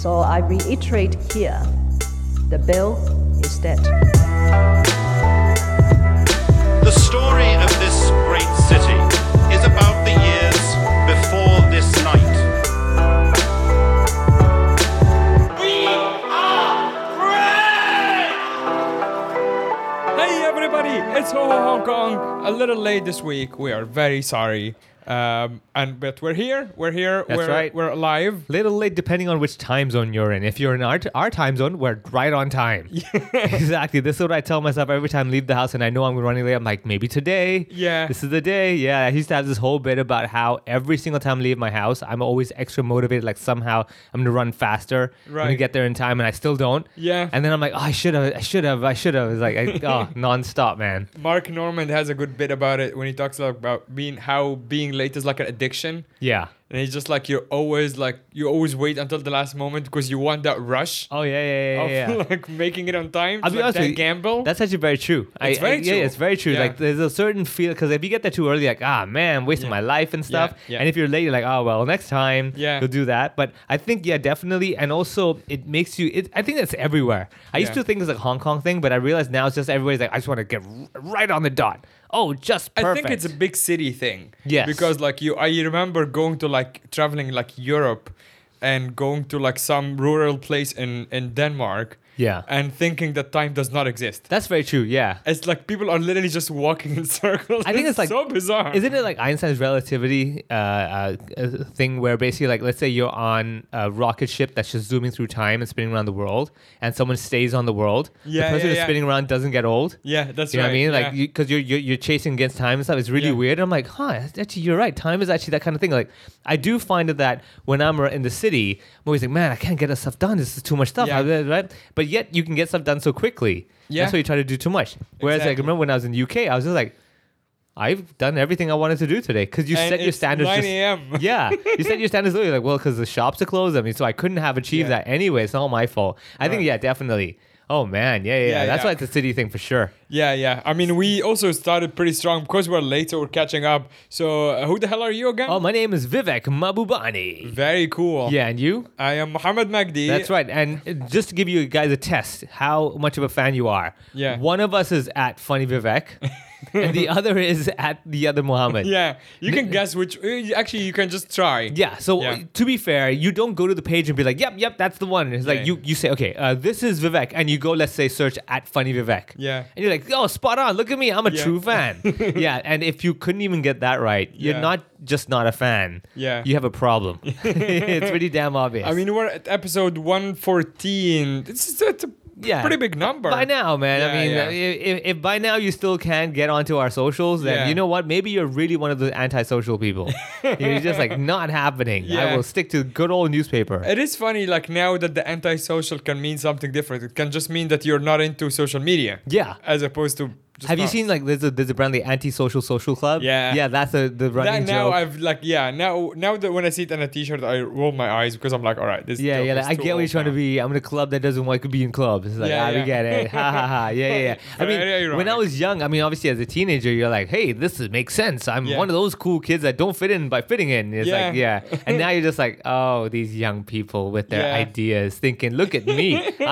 So I reiterate here the bill is dead. The story of this great city is about the years before this night. Hey everybody, it's Ho Ho Hong Kong. A little late this week. We are very sorry. Um, and but we're here. We're here. That's we're right. we're alive. Little late, depending on which time zone you're in. If you're in our, our time zone, we're right on time. exactly. This is what I tell myself every time I leave the house and I know I'm running late. I'm like, maybe today. Yeah. This is the day. Yeah. I used to have this whole bit about how every single time I leave my house, I'm always extra motivated. Like somehow I'm going to run faster. I'm going to Right. get there in time and I still don't. Yeah. And then I'm like, oh, I should have. I should have. I should have. It's like, I, oh, nonstop, man. Mark Norman has a good bit about it when he talks about being how being late is like an addiction. Yeah. And he's just like you're always like you always wait until the last moment because you want that rush Oh, yeah, yeah, yeah, of yeah. yeah. like making it on time. I'll It's be like honest that with you, gamble. That's actually very true. It's very Yeah, true. it's very true. Yeah. Like there's a certain feel because if you get there too early, like ah man, wasting my life and stuff. yeah. And if you're late, you're like oh well, next time Yeah. you'll do that. But I think yeah, definitely. And also it makes you. It, I think it's everywhere. I used Yeah. to think it's like Hong Kong thing, but I realize now it's just everybody's like I just want to get r- right on the dot. Oh, just I perfect. think it's a big city thing. Yes. Because like you, I remember going to like traveling like Europe, and going to like some rural place in in Denmark. Yeah. And thinking that time does not exist. That's very true. Yeah. It's like people are literally just walking in circles. I think it's like so bizarre. Isn't it like Einstein's relativity uh, uh, uh, thing, where basically, like, let's say you're on a rocket ship that's just zooming through time and spinning around the world, and someone stays on the world. Yeah, the person yeah, who's yeah. spinning around doesn't get old. Yeah, that's you know right. what I mean? Like, yeah. because you, are you're you're chasing against time and stuff. It's really Yeah. weird. I'm like, huh? that's Actually, you're right. Time is actually that kind of thing. Like, I do find it that when I'm in the city, I'm always like, man, I can't get this stuff done. This is too much stuff. Yeah. Right? But yet, you can get stuff done so quickly. Yeah. That's why you try to do too much. Whereas, like, Exactly. remember when I was in the UK, I was just like. I've done everything I wanted to do today because you And set your it's standards. 9 just- a.m.. yeah, you set your standards literally like, well, because the shops are closed. I mean, so I couldn't have achieved Yeah. that anyway. It's not my fault. I think, Right. yeah, definitely. Oh man, yeah, yeah, yeah. Yeah, That's yeah. why it's a city thing for sure. yeah, yeah. I mean, we also started pretty strong because we're late, so we're catching up. So, uh, who the hell are you again? Oh, my name is Vivek Mabubani. Very cool. Yeah, and you? I am Muhammad Magdi. That's right. And just to give you guys a test, how much of a fan you are. Yeah. One of us is at Funny Vivek, and the other is at the other Muhammad. Yeah, you can guess which. uh, Actually, you can just try. Yeah. So Yeah. uh, to be fair, you don't go to the page and be like, "Yep, yep, that's the one." It's like Yeah. you you say, "Okay, uh, this is Vivek," and you go, let's say, search at Funny Vivek. Yeah. And you're like, "Oh, spot on! Look at me, I'm a Yeah. true fan." yeah. And if you couldn't even get that right, Yeah. you're not just not a fan. Yeah. You have a problem. it's pretty damn obvious. I mean, we're at episode 114. It's, it's, it's a Yeah. pretty big number. By now, man. Yeah, I mean, yeah. i- If, if by now you still can't get onto our socials, then Yeah. you know what? Maybe you're really one of those antisocial people. you're just like not happening. Yeah. I will stick to good old newspaper. It is funny, like now that the antisocial can mean something different. It can just mean that you're not into social media. Yeah. As opposed to. Just Have you not. seen like there's a there's a brand the anti-social social club? Yeah. yeah, that's a, the that running now joke. I've like yeah now now that when I see it on a T-shirt I roll my eyes because I'm like all right this yeah, joke yeah, like, is I too get what you're old trying to now. be. I'm in a club that doesn't want to be in clubs. It's like, Yeah, ah, yeah. we get it. Ha ha ha. Yeah, yeah, yeah. I Very mean, when I ironic. was young, I mean, obviously as a teenager, you're like, hey, this is, makes sense. I'm Yeah. one of those cool kids that don't fit in by fitting in. It's like, Yeah. yeah. And now you're just like, oh, these young people with their Yeah. ideas thinking, look at me,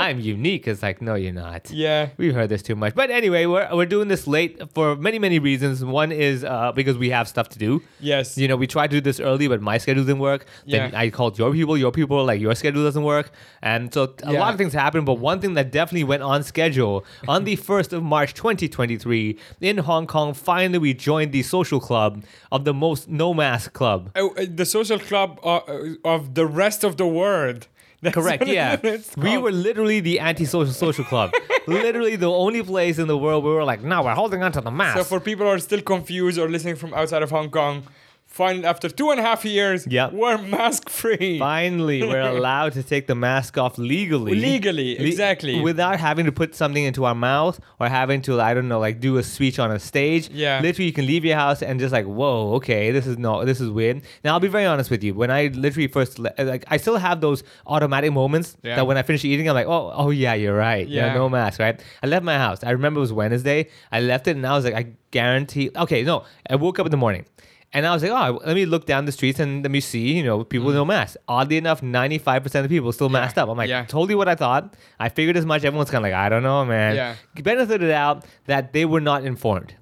I'm unique. It's like, no, you're not. yeah We've heard this too much. But anyway, we're, we're doing this late for many, many reasons. One is uh, because we have stuff to do. yes You know, we tried to do this early, but my schedule didn't work. Then Yeah. I called your people, your people, were like, your schedule doesn't work. And so a Yeah. lot of things happened, but one thing that definitely went on schedule on the 1st of March 2023 in Hong Kong, finally we joined the social club of the most no mask club. Oh, uh, the social club uh, uh, of the rest of the world That's Correct. what it- Yeah, it's we called. were literally the anti-social social club. literally the only place in the world where we were like, no, we're holding on to the mask. So for people who are still confused or listening from outside of Hong Kong, find after two and a half years, Yeah. we're mask free. Finally, we're allowed to take the mask off legally. Legally, exactly. Without having to put something into our mouth or having to, I don't know, like do a speech on a stage. Yeah. Literally, you can leave your house and just like, whoa, okay, this is no, this is weird. Now, I'll be very honest with you. When I literally first, le- like, I still have those automatic moments Yeah. that when I finish eating, I'm like, oh, oh yeah, you're right. Yeah. Yeah. no mask, right? I left my house. I remember it was Wednesday. I left it and I was like, I guarantee. Okay, no, I woke up in the morning. And I was like, oh, let me look down the streets and let me see, you know, people with no mask. Oddly enough, 95% of people still masked up. I'm like, Mm. yeah. totally what I thought. I figured as much. Everyone's kind of like, I don't know, man. Yeah. Benefited out that they were not informed.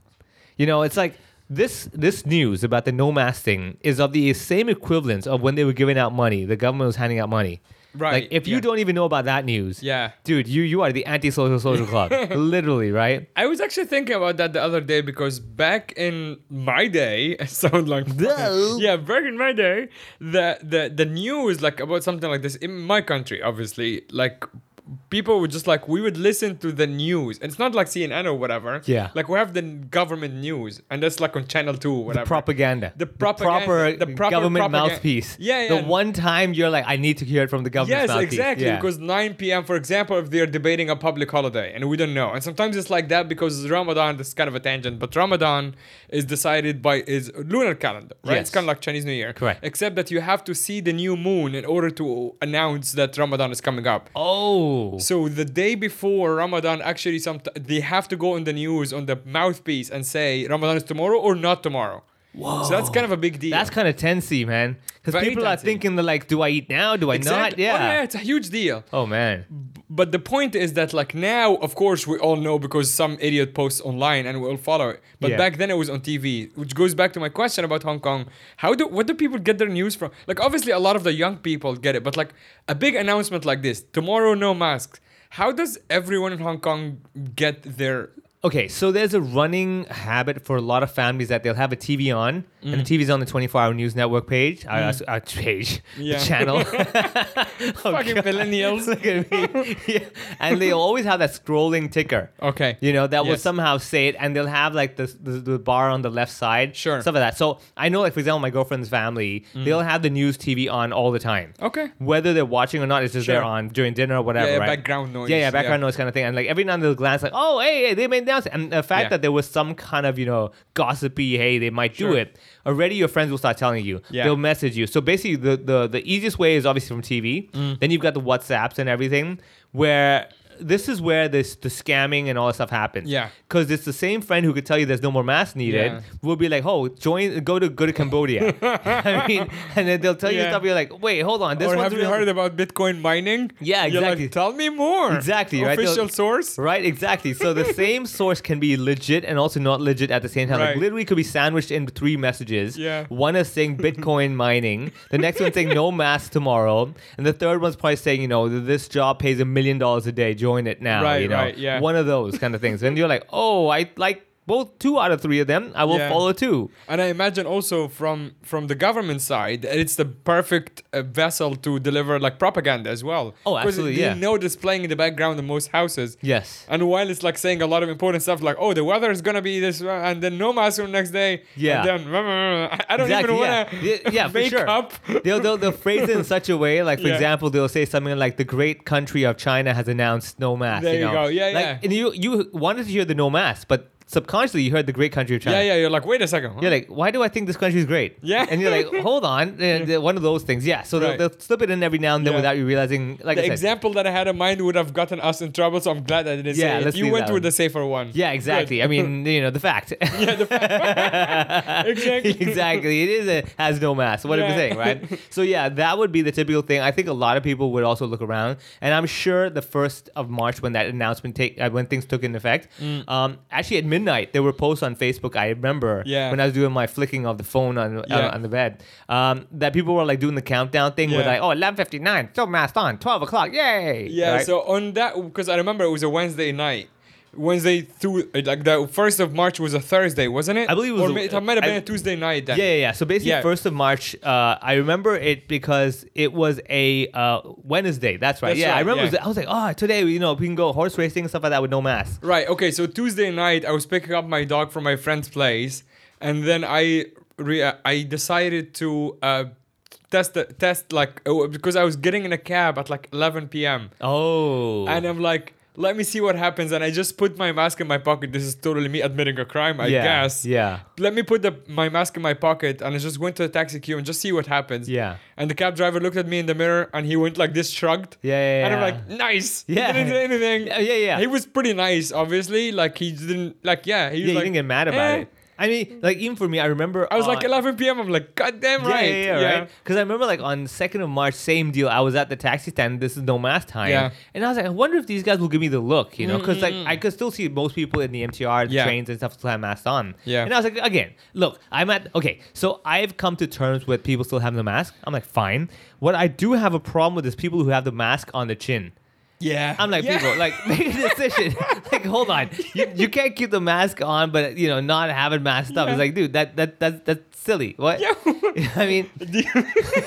You know, it's like this this news about the no mask thing is of the same equivalence of when they were giving out money. The government was handing out money. Right, Like if you yeah. don't even know about that news, Yeah. dude, you you are the anti-social social club, literally, right? I was actually thinking about that the other day because back in my day, I sound like No. yeah, back in my day, the the the news like about something like this in my country, obviously, like people would just like we would listen to the news. It's not like CNN or whatever. Yeah. like we have the government news, and that's like on Channel Two, whatever. Propaganda. The propaganda- proper, the proper government propaganda- mouthpiece. Yeah, yeah. The one time you're like, I need to hear it from the government Yes, mouthpiece. exactly. Yeah. Because 9 p.m., for example, if they're debating a public holiday and we don't know. And sometimes it's like that because Ramadan, this is kind of a tangent, but Ramadan is decided by is lunar calendar, right? It's Yes. kind of like Chinese New Year. Correct. Except that you have to see the new moon in order to announce that Ramadan is coming up. oh, So the day before Ramadan, actually, some they have to go on the news on the mouthpiece and say Ramadan is tomorrow or not tomorrow. Whoa. So that's kind of a big deal. that's kind of tensey, man. Because Very people are tensey. thinking they're like, do I eat now? Do I not? exactly. Oh, yeah, Yeah. it's a huge deal. Oh man. But the point is that like now, of course, we all know because some idiot posts online and we all follow it. But Yeah. back then it was on TV, which goes back to my question about Hong Kong. How do what do people get their news from? Like obviously a lot of the young people get it, but like a big announcement like this, tomorrow no masks. How does everyone in Hong Kong get their Okay, so there's a running habit for a lot of families that they'll have a TV on, and Mm. the TV's on the 24-hour news network page, our page, the Yeah. channel. Oh, fucking God. millennials? Look at me. yeah. And they always have that scrolling ticker. Okay. You know, that will Yes. somehow say it, and they'll have like the, the, the bar on the left side. Sure. Mm. Stuff like that. So I know, like, for example, my girlfriend's family, they'll have the news TV on all the time. Okay. Whether they're watching or not, it's just Sure. they're on during dinner or whatever, yeah, right? background noise, Yeah, yeah, background yeah. noise kind of thing. And like every now and then they'll glance, like, oh, hey, hey, they made announced. And the fact Yeah. that there was some kind of, you know, gossipy, hey, they might do Sure. it, already your friends will start telling you. Yeah. They'll message you. So basically, the, the, the easiest way is obviously from TV. Mm. Then you've got the WhatsApps and everything, where this is where this the scamming and all that stuff happens. Yeah. Because it's the same friend who could tell you there's no more masks needed. Yeah. Will be like, oh, join, go to go to Cambodia. I mean, and then they'll tell you Yeah. stuff. You're like, wait, hold on, this or one's have you real." heard about Bitcoin mining? Yeah, You're like, exactly. Tell me more. Exactly, right? They'll- Official source. Right, exactly. So the same source can be legit and also not legit at the same time. Right. Like literally could be sandwiched in three messages. Yeah. One is saying Bitcoin mining. The next one's saying no mask tomorrow. And the third one's probably saying, you know, th- this job pays a million dollars a day. Join it now. Right, you know? right, yeah. One of those kind of things. And you're like, oh, I like both two out of three of them. I will Yeah. follow two. And I imagine also from from the government side, it's the perfect uh, vessel to deliver like propaganda as well. Oh, 'Cause absolutely, You yeah. know, this playing in the background in most houses. Yes. And while it's like saying a lot of important stuff, like oh, the weather is gonna be this, uh, and then no mask on next day. Yeah. And then I- I don't even wanna yeah. Yeah, yeah, for make sure. up. They'll, they'll, they'll phrase it in such a way, like for Yeah. example, they'll say something like, "The great country of China has announced no mask." There you know? go. Yeah, like, yeah. And you you wanted to hear the no mask, but subconsciously you heard the great country of China. Yeah, yeah. You're like, wait a second. You're like, why do I think this country is great? Yeah. And you're like, hold on, and they're one of those things. Yeah. So Right. they'll, they'll slip it in every now and then Yeah. without you realizing. Like the I said, example that I had in mind would have gotten us in trouble, so I'm glad I didn't say Yeah, it. let's You leave went that with one. the safer one. Yeah, exactly. I mean, you know, the fact. exactly. exactly. It is a has no mask. What am I Yeah. saying, right? So yeah, that would be the typical thing. I think a lot of people would also look around, and I'm sure the first of March when that announcement take uh, when things took in effect. Mm. Um, actually, at midnight there were posts on Facebook. I remember Yeah. when I was doing my flicking of the phone on uh, Yeah. on the bed, um, that people were like doing the countdown thing. with Yeah. like, oh, 11:59, still masked on, 12 o'clock, yay! Yeah, Right? so on that because I remember it was a Wednesday night. Wednesday through like the first of March was a Thursday, wasn't it? I believe it was Or a- ma- it might have been I- a Tuesday night then. Yeah, yeah, yeah. So basically, Yeah. first of March. Uh, I remember it because it was a uh, Wednesday. That's right. That's yeah, right, I remember. it yeah. was- I was like, oh, today you know we can go horse racing and stuff like that with no mask. Right. Okay. So Tuesday night, I was picking up my dog from my friend's place, and then I re- I decided to uh, test the test like oh, because I was getting in a cab at like 11 p.m. Oh, and I'm like, let me see what happens. And I just put my mask in my pocket. This is totally me admitting a crime, I Yeah, guess. yeah. Let me put the, my mask in my pocket and I just went to the taxi queue and just see what happens. Yeah. And the cab driver looked at me in the mirror and he went like this, shrugged. Yeah, yeah, And I'm yeah. like, nice. Yeah. He didn't do anything. Yeah, yeah, yeah. He was pretty nice, obviously. Like he didn't like yeah. He was Yeah, he like, didn't get mad about "Eh, it. I mean, like even for me, I remember uh, I was on- like 11 p.m. I'm like, God damn Yeah, right. yeah, yeah, right. Because I remember like on second of March, same deal. I was at the taxi stand. This is no mask time. Yeah. Mm. And I was like, I wonder if these guys will give me the look, you know? Because like I could still see most people in the MTR, the Yeah. trains and stuff still have masks on. Yeah. And I was like, again, look, I'm at okay. So I've come to terms with people still having the mask. I'm like, fine. What I do have a problem with is people who have the mask on the chin. Yeah. I'm like, Yeah. people, like, make a decision. like, hold on. You, you can't keep the mask on, but, you know, not have it masked up. Yeah. It's like, dude, that, that, that, that's silly. What? Yeah. I mean, Do you,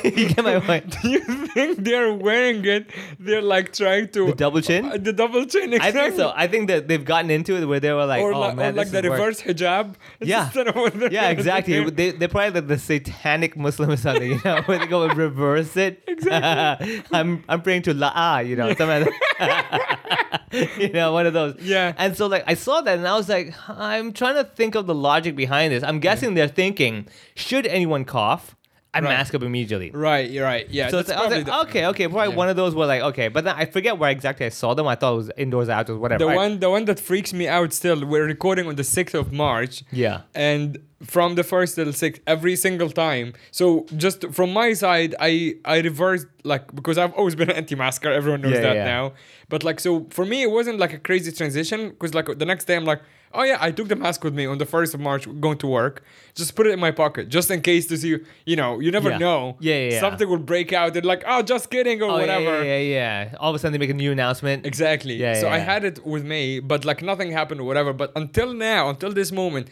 you get my point. do you think they're wearing it? They're like trying to The double Uh, chin? the double chin. I Exactly. think so. I think that they've gotten into it where they were like, or, oh, like, man, or like this the is work. reverse hijab. It's Yeah. instead of what they're Yeah, doing. exactly. they, they're probably like the satanic Muslim or something, you know, where they go and reverse it. Exactly. I'm, I'm praying to La'a, you know, some other, you know, one of those. Yeah. And so, like, I saw that and I was like, I'm trying to think of the logic behind this. I'm guessing they're thinking, should anyone cough? I Right. mask up immediately. Right, you're right. Yeah. So it's, that's I was like, probably the- okay, okay, probably Yeah. one of those were like, okay, but then I forget where exactly I saw them. I thought it was indoors, outdoors, whatever. The right? one the one that freaks me out still, we're recording on the sixth of March. Yeah. And from the first till sixth, every single time. So just from my side, I I reversed like because I've always been an anti-masker, everyone knows Yeah, that yeah. now. But like so for me it wasn't like a crazy transition because like the next day I'm like Oh yeah, I took the mask with me on the first of March going to work. Just put it in my pocket, just in case to see. You know, you never Yeah. know. Yeah, yeah, yeah. Something will break out and like, oh, just kidding or Oh, yeah, whatever. Yeah, yeah, yeah. All of a sudden they make a new announcement. Exactly. Yeah, so yeah, I yeah. had it with me, but like nothing happened or whatever. But until now, until this moment,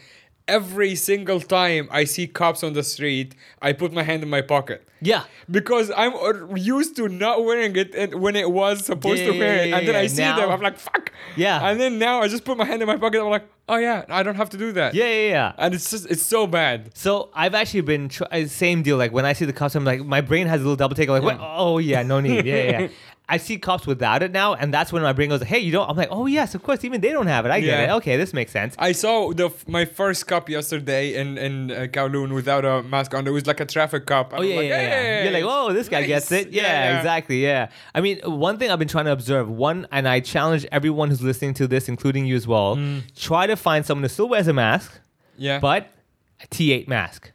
every single time I see cops on the street, I put my hand in my pocket. Yeah. Because I'm al- used to not wearing it and when it was supposed to Yeah, wear it. yeah, And then yeah, I yeah. see them, Now- I'm like, fuck. Yeah. And then now I just put my hand in my pocket. I'm like, oh yeah, I don't have to do that. Yeah, yeah, yeah. And it's just, it's so bad. So I've actually been tr- uh, same deal. Like when I see the cops, I'm like, my brain has a little double take. I'm like, what? oh yeah, no need. Yeah, yeah, yeah. I see cops without it now, and that's when my brain goes, hey, you don't. I'm like, oh yes, of course. Even they don't have it. I get Yeah. it. Okay, this makes sense. I saw the f- my first cop yesterday in in uh, Kowloon without a mask on. It was like a traffic cop. And Oh I'm yeah, like, yeah, yeah. You're "Hey." like, oh, this guy gets Nice. it. Yeah, Yeah, yeah. exactly. Yeah. I mean, one thing I've been trying to observe, one, and I challenge everyone who's listening to this, including you as well, try to find someone who still wears a mask, yeah. but a T8 mask.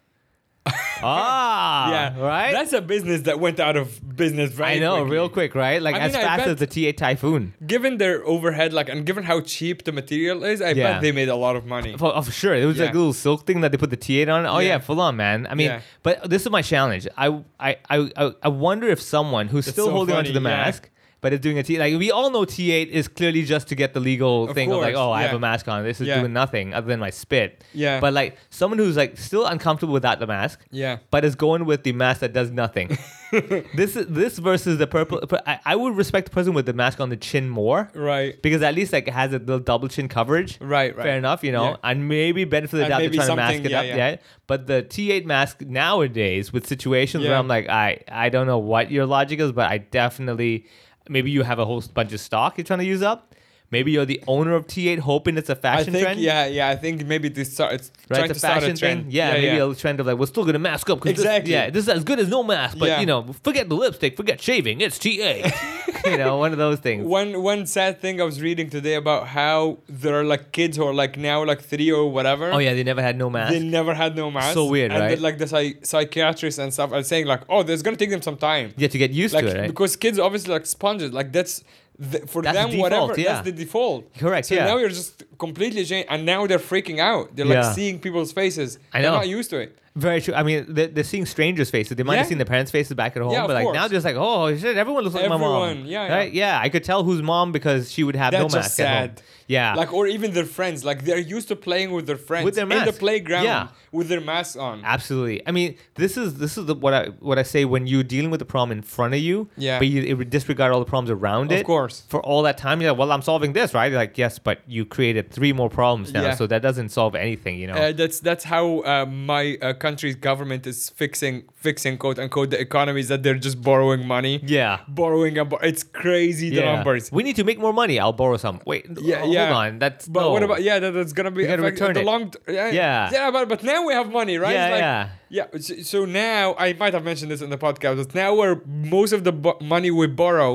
ah, Yeah, right. That's a business that went out of business. Very I know, quickly. real quick, right? Like I as mean, I fast bet- as the T8 Typhoon. Given their overhead, like, and given how cheap the material is, I Yeah. bet they made a lot of money. For, oh, for sure. It was like Yeah. a little silk thing that they put the T8 on. Oh, yeah, Yeah. full on, man. I mean, Yeah. but this is my challenge. I I, I, I- I wonder if someone who's still so holding onto funny, the yeah. mask, but is doing a T like we all know T8 is clearly just to get the legal Of thing of like, course, oh, I have yeah. a mask on. This is Yeah. doing nothing other than my spit. Yeah. But like someone who's like still uncomfortable without the mask. Yeah. But is going with the mask that does nothing. this is this versus the purple. I, I would respect the person with the mask on the chin more Right. because at least like it has a little double chin coverage. Right, right. Fair enough, you know, Yeah. and maybe benefit of the And doubt they're maybe trying to mask something- it yeah, up. Yeah. yeah. But the T8 mask nowadays with situations where Yeah. I'm like, I I don't know what your logic is, but I definitely maybe you have a whole bunch of stock you're trying to use up. Maybe you're the owner of T8, hoping it's a I fashion think, trend. yeah, yeah. I think maybe this start, it's Right, trying it's to a start fashion a trend. thing. Yeah, maybe a trend of like we're still gonna mask up. 'cause this- Exactly. yeah, this is as good as no mask, but Yeah. you know, forget the lipstick, forget shaving. It's T8. you know, one of those things. One one sad thing I was reading today about how there are like kids who are like now like three or whatever. Oh yeah, they never had no mask. They never had no mask. So weird, and right? then, like the psy- psychiatrists and stuff are saying like, oh, there's gonna take them some time. you have to get used like to it, right? because kids obviously like sponges like that's th- for That's the them default, whatever yeah. that's the default Correct, so yeah. now you're just completely changed and now they're freaking out they're Yeah. like seeing people's faces I know. they're not used to it Very true. I mean, they're, they're seeing strangers' faces. They might have Yeah. seen their parents' faces back at home, Yeah, of but like now, course. they're just like, oh shit, everyone looks like my mom. Everyone, yeah, yeah. right? Yeah, I could tell who's mom because she would have that's no mask. just at home. sad Yeah, like or even their friends like they're used to playing with their friends With their in the mask. playground Yeah. with their masks on absolutely. I mean, this is this is the, what I what I say when you're dealing with the problem in front of you. Yeah. but you it, disregard all the problems around Of it. course. for all that time, you're like, well, I'm solving this, right? You're like, yes, but you created three more problems now, Yeah. so that doesn't solve anything, you know. uh, that's that's how uh, my uh, country's government is fixing fixing quote unquote the economy is that they're just borrowing money. Yeah. borrowing and bor- it's crazy the Yeah. numbers. We need to make more money. I'll borrow some. Wait, yeah, hold yeah. on. That's but no. what about yeah? That, that's gonna be You gotta affect- return the it. long. yeah, Yeah. yeah, but but now we have money, right? Yeah, It's yeah. yeah. So, so now I might have mentioned this in the podcast. But now where most of the bo- money we borrow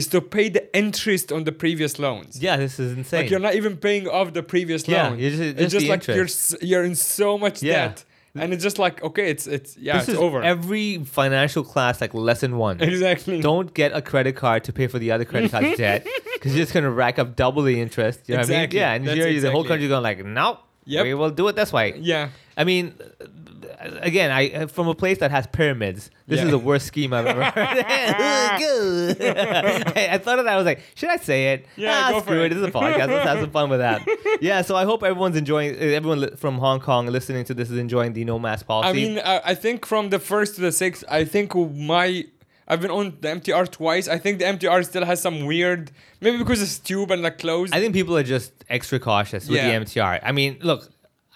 is to pay the interest on the previous loans. Yeah, this is insane. Like you're not even paying off the previous Yeah, loan. it's just- it's just just the like you're s- you're in so much Yeah. debt, and it's just like okay, it's it's yeah, this it's is over. every financial class like lesson one. exactly. Don't get a credit card to pay for the other credit card debt because you're just gonna rack up double the interest. You know Exactly. what I mean? Yeah, That's and you're, the whole exactly country's going like, nope. Yep. We will do it this way. Yeah. I mean, again, I uh, from a place that has pyramids. This Yeah. is the worst scheme I've ever heard. I, I thought of that. I was like, should I say it? Yeah, ah, go for screw it. it. It's a podcast. Let's have some fun with that. yeah. So I hope everyone's enjoying. uh, Everyone li- from Hong Kong listening to this is enjoying the no mask policy. I mean, I, I think from the first to the sixth, I think my I've been on the MTR twice. I think the MTR still has some weird, maybe because it's tube and like closed. I think people are just extra cautious with Yeah. the MTR. I mean, look,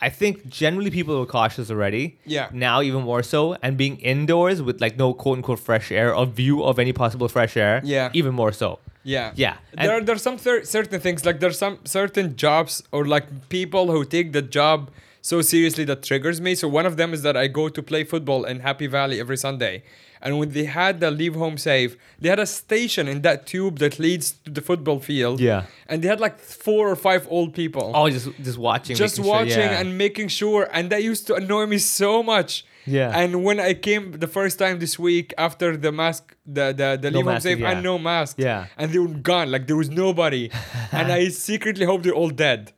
I think generally people are cautious already. Yeah. Now even more so, and being indoors with like no quote unquote fresh air or view of any possible fresh air. Yeah. Even more so. yeah, Yeah. there are And- there are some cer- certain things like there's some certain jobs or like people who take the job so seriously that triggers me. So one of them is that I go to play football in Happy Valley every Sunday, and when they had the leave home save, they had a station in that tube that leads to the football field. Yeah. and they had like four or five old people. Oh, just just watching. just making sure- watching yeah. and making sure and that used to annoy me so much Yeah. and when i came the first time this week after the mask the the, the No leave home mask, safe yeah. and no mask Yeah. and they were gone like there was nobody and i secretly hope they're all dead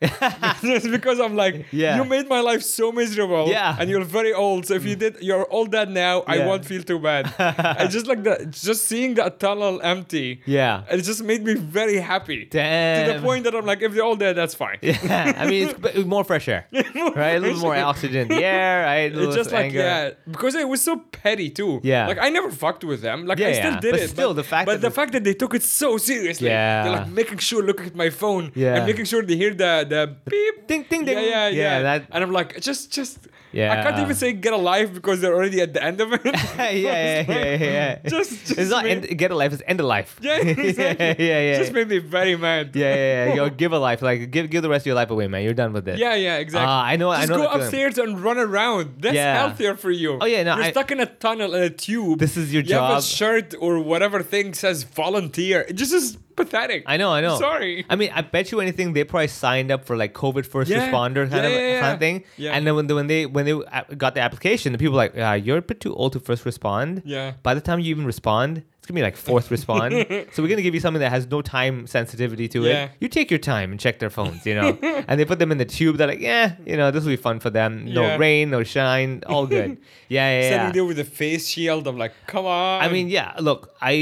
just because i'm like Yeah. you made my life so miserable Yeah. Mm. and you're very old so if you did you're all dead now i Yeah. won't feel too bad i just like that just seeing that tunnel empty Yeah. it just made me very happy to Damn. the point that i'm like if they're all dead that's fine yeah, I mean, it's b- more fresh air, right? A little more oxygen in the air, right? A little It's just like anger. yeah, because it was so petty too. Yeah. like I never fucked with them. Like I Yeah, still yeah. did But it. still, the fact but that the it's- fact that they took it so seriously. they're Yeah. like making sure looking at my phone. Yeah. and making sure they hear the the beep. Ding, ding, Yeah, ding. yeah, yeah. Yeah, that- and I'm like, just, just. I can't Yeah. even say get alive because they're already at the end of it. yeah, yeah, yeah, yeah. yeah. Just- just it's not make- end, get a life; it's end of life. yeah, exactly. yeah, yeah, yeah. Just made me very mad. Yeah, yeah, yeah. Yo, give a life. Like, give give the rest of your life away, man. You're done with this. Yeah, yeah, exactly. Ah, I know- I Just know go that feeling. upstairs and run around. That's Yeah. healthier for you. Oh, yeah, no, you're I- stuck in a tunnel in a tube. This is your you Have a job. shirt or whatever thing says volunteer. It just is pathetic. I know, I know. Sorry. I mean, I bet you anything they probably signed up for like COVID first Yeah. responder kind Yeah, of yeah, kind yeah. of thing. Yeah. And then when they, when they when they uh, got the application, the people were like, uh, "You're a bit too old to first respond." Yeah. By the time you even respond, it's gonna be like fourth respond. so we're gonna give you something that has no time sensitivity to Yeah. it. You take your time and check their phones, you know. and they put them in the tube. They're like, "Yeah, you know, this will be fun for them. No Yeah. rain, no shine, all good." yeah, yeah. Standing yeah. there with a face shield. I'm like, come on. I mean, yeah. Look, I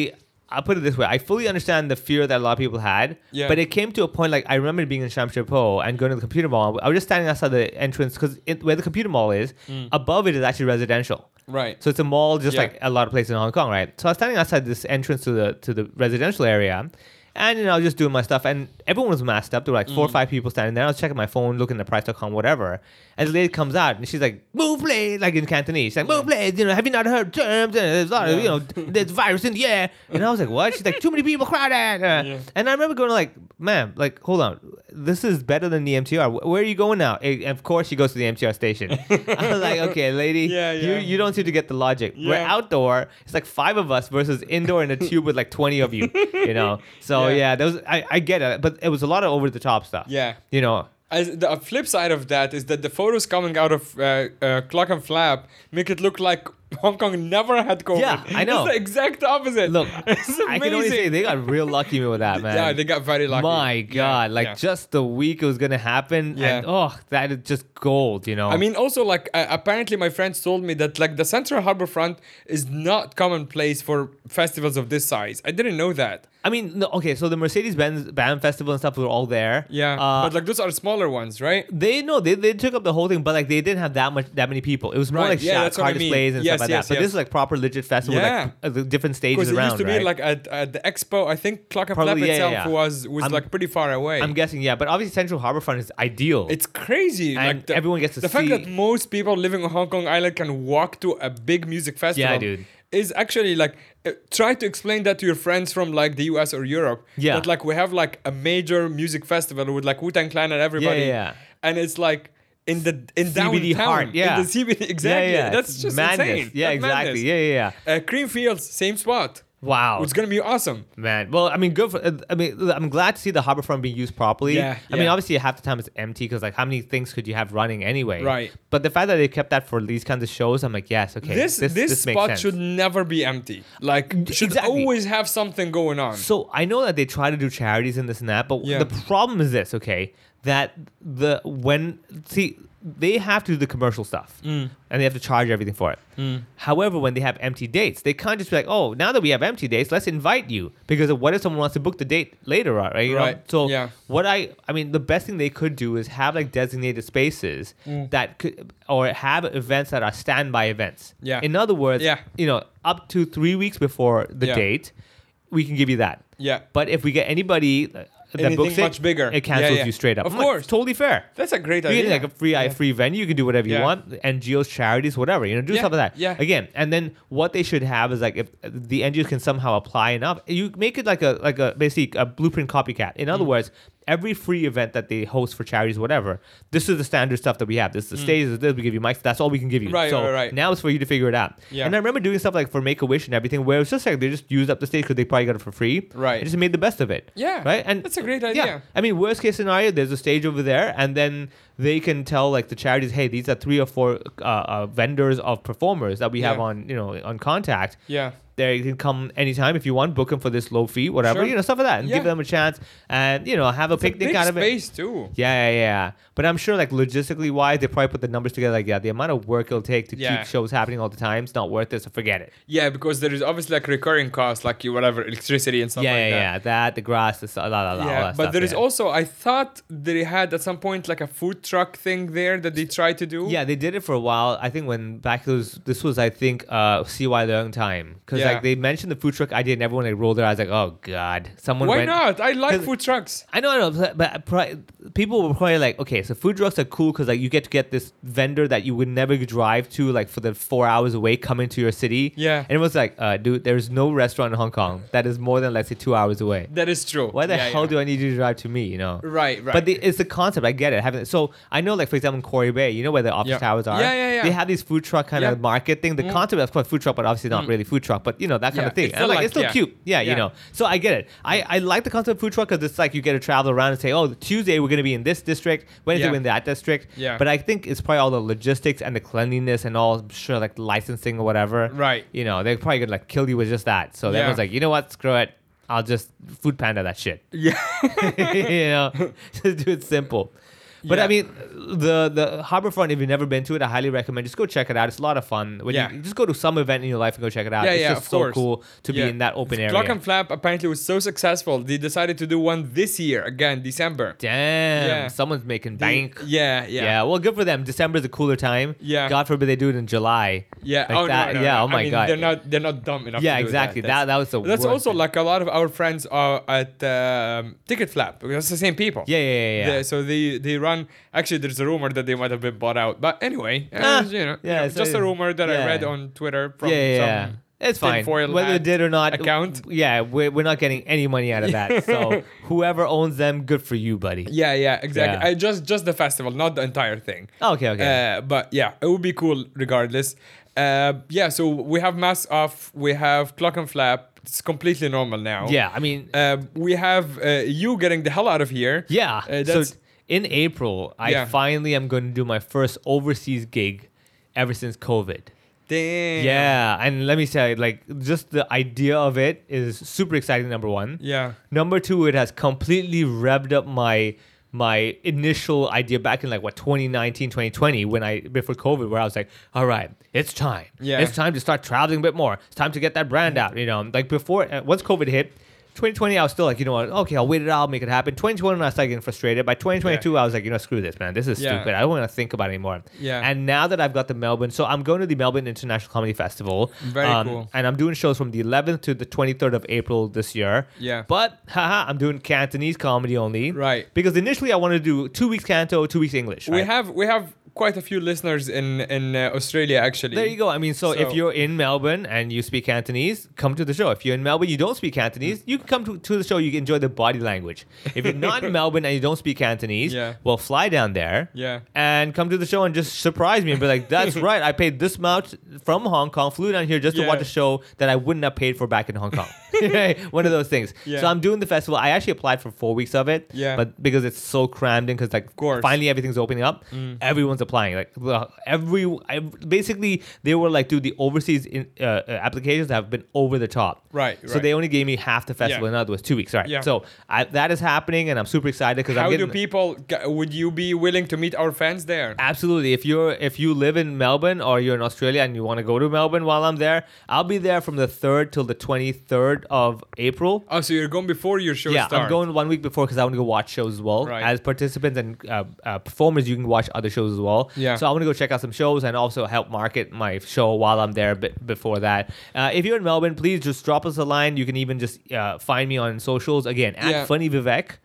I put it this way. I fully understand the fear that a lot of people had. Yeah. But it came to a point like I remember being in Sham Po and going to the computer mall. I was just standing outside the entrance because where the computer mall is, above it is actually residential. right. So it's a mall, just Yeah. like a lot of places in Hong Kong, right? So I was standing outside this entrance to the to the residential area, and you know I was just doing my stuff, and everyone was masked up. There were like Mm. four or five people standing there. I was checking my phone, looking at price.com, whatever. And the lady comes out, and she's like, "Move, please," like in Cantonese. She's like, "Move, please." You know, have you not heard terms? And there's a lot of you know, there's virus in the air. And I was like, "What?" She's like, "Too many people crowded." Uh, Yeah. And I remember going like, "Ma'am, like, hold on, this is better than the MTR. Wh- Where are you going now?" And of course, she goes to the MTR station. I'm like, "Okay, lady, Yeah, you yeah. you don't seem to get the logic. We're Yeah. outdoor. It's like five of us versus indoor in a tube with like twenty of you. You know. So Yeah. yeah, that was I, I get it, but it was a lot of over the top stuff. Yeah. You know. As the flip side of that is that the photos coming out of uh, uh, Clock and Flap make it look like Hong Kong never had COVID. Yeah, I know. It's the exact opposite. Look, it's amazing. I can only say they got real lucky with that, man. Yeah, they got very lucky. My Yeah, God, like yeah. just the week it was gonna happen, Yeah. and oh, that is just gold, you know. I mean, also like uh, apparently my friends told me that like the Central Harbor Front is not commonplace for festivals of this size. I didn't know that. I mean, no, okay, so the Mercedes Benz Band Festival and stuff were all there. Yeah, Uh, but like those are smaller ones, right? They no, they, they took up the whole thing, but like they didn't have that much that many people. It was more Right, like yeah, shot that's what car I mean. displays and Yeah, Yes, like yes, that. But yes. this is like proper legit festival, Yeah. like uh, the different stages Because it around. used to right? be like at, at the expo. I think Clock of Flap Probably, yeah, yeah, itself yeah. was was I'm- like pretty far away. I'm guessing, yeah. But obviously, Central Harbourfront is ideal. it's crazy. And like the, everyone gets to the fact that see- most people living on Hong Kong Island can walk to a big music festival. dude. Is actually like uh, try to explain that to your friends from like the U.S. or Europe. Yeah. That like we have like a major music festival with like Wu Tang Clan and everybody. yeah. And it's like. In the in CBD downtown, heart, yeah. in the CBD, exactly. Yeah, yeah. That's it's just madness. insane. Yeah, That's exactly. madness. Yeah, yeah, yeah. Uh, Creamfields, same spot. Wow. It's gonna be awesome. Man, well, I mean, good for. uh, I mean, I'm glad to see the Harbourfront being used properly. Yeah, I mean, yeah. obviously, half the time it's empty because, like, how many things could you have running anyway? Right. But the fact that they kept that for these kinds of shows, I'm like, yes, okay. This this, makes spot sense. should never be empty. Like should exactly. always have something going on. So I know that they try to do charities and this and that, but Yeah. the problem is this, okay? That the when see they have to do the commercial stuff Mm. and they have to charge everything for it. However, when they have empty dates, they can't just be like, "Oh, now that we have empty dates, let's invite you." Because what if someone wants to book the date later, right? You know? Right. So Yeah. what I I mean, the best thing they could do is have like designated spaces Mm. that could or have events that are standby events. Yeah. In other words, Yeah. you know, up to three weeks before the Yeah. date, we can give you that. Yeah. But if we get anybody that Anything books it, much bigger. it cancels Yeah, yeah. you straight up. Of I'm like, course. totally fair. That's a great you idea. get like a free a free venue. You can do whatever you Yeah. want. NGOs, charities, whatever. You know, do Yeah, stuff like that. yeah. Again, and then what they should have is like if the NGOs can somehow apply enough, you make it like a like a basically a blueprint copycat. In Mm. other words, every free event that they host for charities, whatever, this is the standard stuff that we have. This is the stage. This is this. We give you mics. That's all we can give you. Mm. Right, So right, right. now it's for you to figure it out. Yeah. And I remember doing stuff like for Make a Wish and everything, where it was just like they just used up the stage because they probably got it for free. Right. And just made the best of it. Yeah, Right. And that's a great yeah. idea. I mean, worst case scenario, there's a stage over there, and then they can tell like the charities, hey, these are three or four uh, uh, vendors of performers that we have Yeah. on you know on contact. Yeah. They can come anytime if you want, book them for this low fee, whatever, Sure. you know, stuff like that, and give Yeah. them a chance, and you know, have a It's a picnic big out of it. space too. Yeah, yeah, yeah. But I'm sure, like logistically wise, they probably put the numbers together. Like, yeah, the amount of work it'll take to Yeah. keep shows happening all the time is not worth it. So forget it. Yeah, because there is obviously like recurring costs, like you whatever electricity and stuff yeah, like yeah, that. yeah. That the grass, the s- la la la. all Yeah, that but stuff, there is yeah. also I thought they had at some point like a food truck thing there that they tried to do. Yeah, they did it for a while. I think when back those, this was I think uh CY Leung time because Yeah. like they mentioned the food truck idea and everyone like rolled their eyes like oh god someone Why went- not? I like 'Cause- food trucks. I know, I know, but- but pri- people were probably like, okay, so food trucks are cool because like you get to get this vendor that you would never drive to, like for the four hours away, come into your city. Yeah. and it was like, uh, dude, there is no restaurant in Hong Kong that is more than let's say two hours away. That is true. Why the Yeah, hell yeah. do I need you to drive to me? You know. Right, right. But the, it's the concept. I get it. Having so I know, like for example, in Quarry Bay, you know where the office Yeah. towers are. Yeah, yeah, yeah. They have these food truck kind Yeah. Mm. of market thing. The concept, of course, food truck, but obviously not really food truck. But you know that kind Yeah. of thing. It's And still like, like- it's still yeah. cute. Yeah, you Yeah. know. So I get it. I, I like the concept of food truck because it's like you get to travel around and say, oh, Tuesday we're gonna be in this district, Wednesday Yeah. we're in that district. Yeah. But I think it's probably all the logistics and the cleanliness and all sure like licensing or whatever. Right. You know they're probably gonna like kill you with just that. So that Yeah. was like, you know what, screw it. I'll just food panda that shit. Yeah. you know, just do it simple. But I Yeah. mean, the the Harbourfront. If you've never been to it, I highly recommend. Just go check it out. It's a lot of fun. When Yeah. you just go to some event in your life and go check it out. Yeah, Ah, it's yeah, just of so course. cool to Yeah. be in that open area. Clock and Flap apparently was so successful they decided to do one this year again, December. Damn, Yeah. someone's making The- bank. Yeah, Yeah. yeah, yeah. well, good for them. December's a cooler time. Yeah. God forbid they do it in July. Like oh that- no, no, yeah. no. Oh my I mean, god. They're not. They're not dumb enough. Yeah, to do exactly. That, That- that was the That's worst also thing. like a lot of our friends are at um, Ticket Flap. That's the same people. yeah, yeah, yeah. yeah. They- so they they run. Actually, there's a rumor that they might have been bought out. But anyway, Ah, uh, you know, yeah, you know, so- just a rumor that I yeah. read on Twitter from yeah, yeah, some yeah. It's fine. tinfoil Whether it hat did or not, account. Yeah, we're, we're not getting any money out of that. so whoever owns them, good for you, buddy. Yeah, yeah, exactly. Yeah. Oh, I just just the festival, not the entire thing. Okay, okay. Uh, but yeah, it would be cool regardless. Uh, yeah, so we have mask off, we have clock and flap. It's completely normal now. yeah, I mean, Uh, we have uh, you getting the hell out of here. Yeah. Uh, so that's in April, I Yeah. finally am going to do my first overseas gig ever since COVID. damn. Yeah. And let me say, like, just the idea of it is super exciting, number one. Yeah. Number two, it has completely revved up my my initial idea back in like what 2019 2020 when i before covid where i was like all right it's time Yeah. it's time to start traveling a bit more it's time to get that brand out you know like before uh, once covid hit 2020, I was still like, you know what? Okay, I'll wait it out, make it happen. 2021, I started getting frustrated. By 2022, I was like, you know, screw this, man. This is Yeah. stupid. I don't want to think about it anymore. Yeah. And now that I've got the Melbourne, so I'm going to the Melbourne International Comedy Festival. Um, Very cool. And I'm doing shows from the 11th to the 23rd of April this year. Yeah. But haha, I'm doing Cantonese comedy only. Right. Because initially, I wanted to do two weeks Canto, two weeks English. We right? have we have quite a few listeners in in uh, Australia actually. There you go. I mean, so, if So- you're in Melbourne and you speak Cantonese, come to the show. If you're in Melbourne, you don't speak Cantonese, you can come to, to the show. You can enjoy the body language. If you're not in Melbourne and you don't speak Cantonese, Yeah. well, fly down there. Yeah. And come to the show and just surprise me and be like, that's right. I paid this amount from Hong Kong, flew down here just to Yeah. watch a show that I wouldn't have paid for back in Hong Kong. One of those things. Yeah. So I'm doing the festival. I actually applied for four weeks of it. Yeah. But because it's so crammed in, because like course. Mm-hmm. finally finally everything's opening up. Everyone's applying. Like well, every I, basically they were like, dude, the overseas in, uh, uh, applications have been over the top. Right, So right. they only gave me half the festival. Yeah. In other words, two weeks. Right. Yeah. So I, that is happening, and I'm super excited because How I'm do getting. Ah. people? g- Would you be willing to meet our fans there? Absolutely. If you're if you live in Melbourne or you're in Australia and you want to go to Melbourne while I'm there, I'll be there from the third till the twenty third of April. Oh, so you're going before your show yeah, starts. I'm going one week before because I want to go watch shows as well. Right. As participants and uh, uh, performers, you can watch other shows as well. Yeah. So I want to go check out some shows and also help market my show while I'm there. But before that, uh, if you're in Melbourne, please just drop us a line. You can even just uh, find me on socials again at Yeah. Funny Vivek.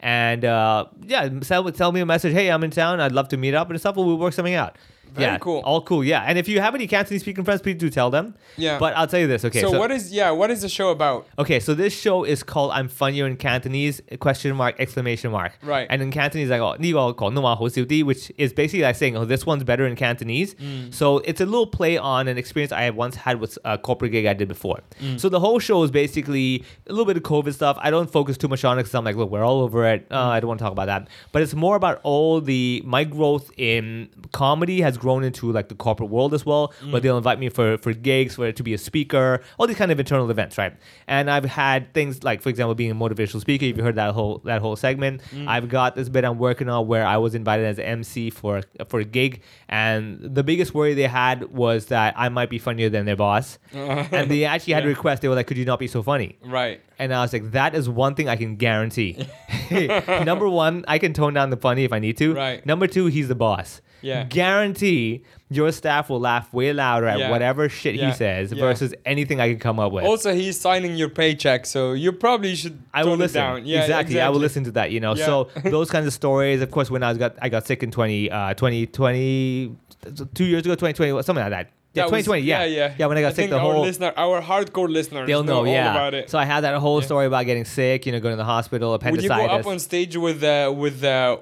And uh, yeah, tell, tell me a message. Hey, I'm in town. I'd love to meet up and stuff. We'll work something out. Very yeah, cool. All cool. Yeah. And if you have any Cantonese speaking friends, please do tell them. Yeah. But I'll tell you this. Okay. so, what is yeah? What is the show about? Okay, so this show is called "I'm Funnier in Cantonese?" question mark exclamation mark. Right. And in Cantonese, I go "呢個廣東話好笑啲," which is basically like saying, "Oh, this one's better in Cantonese." So it's a little play on an experience I had once had with a corporate gig I did before. So the whole show is basically a little bit of COVID stuff. I don't focus too much on it because I'm like, look, we're all over it. Uh, I don't want to talk about that. But it's more about all the my growth in comedy has grown into like the corporate world as well, where they'll invite me for for gigs, for to be a speaker, all these kind of internal events, right? And I've had things like, for example, being a motivational speaker. If you heard that whole that whole segment, I've got this bit I'm working on where I was invited as MC for for a gig, and the biggest worry they had was that I might be funnier than their boss, and they actually had a request. They were like, "Could you not be so funny?" Right. And I was like, that is one thing I can guarantee. Number one, I can tone down the funny if I need to. Right. Number two, he's the boss. Yeah. Guarantee your staff will laugh way louder at Yeah. whatever shit Yeah. he says Yeah. versus anything I can come up with. Also, he's signing your paycheck, so you probably should. I will tone it listen. down. Yeah, exactly. I will listen to that. You know, Yeah. so those kinds of stories. Of course, when I was got I got sick in 20, uh, 2020, two years ago, twenty twenty, something like that. Yeah, That was- twenty twenty. Yeah. yeah, yeah. Yeah, when I got think sick, the our whole listener, our hardcore listeners, they'll know. know, yeah. all about it. So I had that whole story about getting sick. You know, going to the hospital, Would you appendicitis. go up on stage with uh, with uh,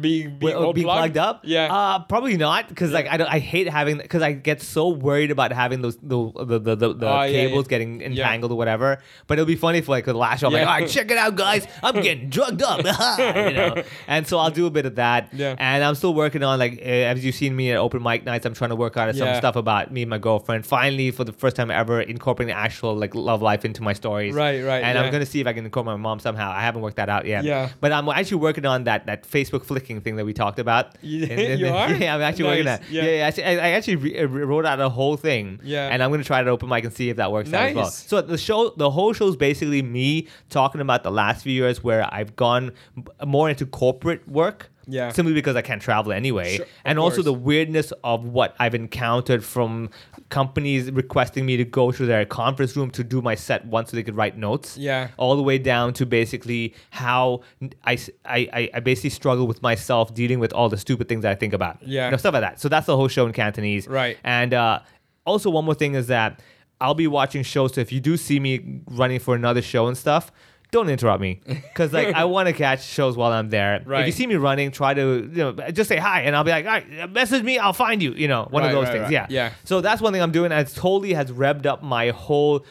being being Be, all uh, be plugged? up? Yeah. Uh, probably not, because like I don't. I hate having because I get so worried about having those the the the, the, the Oh, yeah, yeah. cables getting entangled or whatever. But it'll be funny if like the last show, I'm like, Yeah. all right, check it out, guys. I'm getting drugged up, you know. And so I'll do a bit of that. Yeah. And I'm still working on like uh, as you've seen me at open mic nights, I'm trying to work out some Yeah. stuff about me and my girlfriend. Finally, for the first time ever, incorporating actual like love life into my stories. Right, right, And I'm yeah. gonna see if I can incorporate my mom somehow. I haven't worked that out yet. Yeah. But I'm actually working on that that Facebook flicking thing that we talked about. You- And then- you are? Yeah, I'm actually working Nice, at. Yeah, yeah. yeah. actually- I, I actually re- uh, wrote out a whole thing. Yeah. And I'm gonna try to open mic and see if that works out as well. Nice. So the show, the whole show is basically me talking about the last few years where I've gone b- more into corporate work. Yeah. Simply because I can't travel anyway, Sure, of and also course. the weirdness of what I've encountered from companies requesting me to go to their conference room to do my set once so they could write notes Yeah. all the way down to basically how I, s- I- I- I basically struggle with myself dealing with all the stupid things I think about. Yeah. You know, stuff like that. So that's the whole show in Cantonese. Right. And uh, also, one more thing is that I'll be watching shows. So if you do see me running for another show and stuff, don't interrupt me because like I want to catch shows while I'm there. If you Right. see me running, try to you know just say hi, and I'll be like, all right, message me, I'll find you. You know, one of Right, those right, things. right. Yeah. Yeah. So that's one thing I'm doing. And it totally has revved up my whole.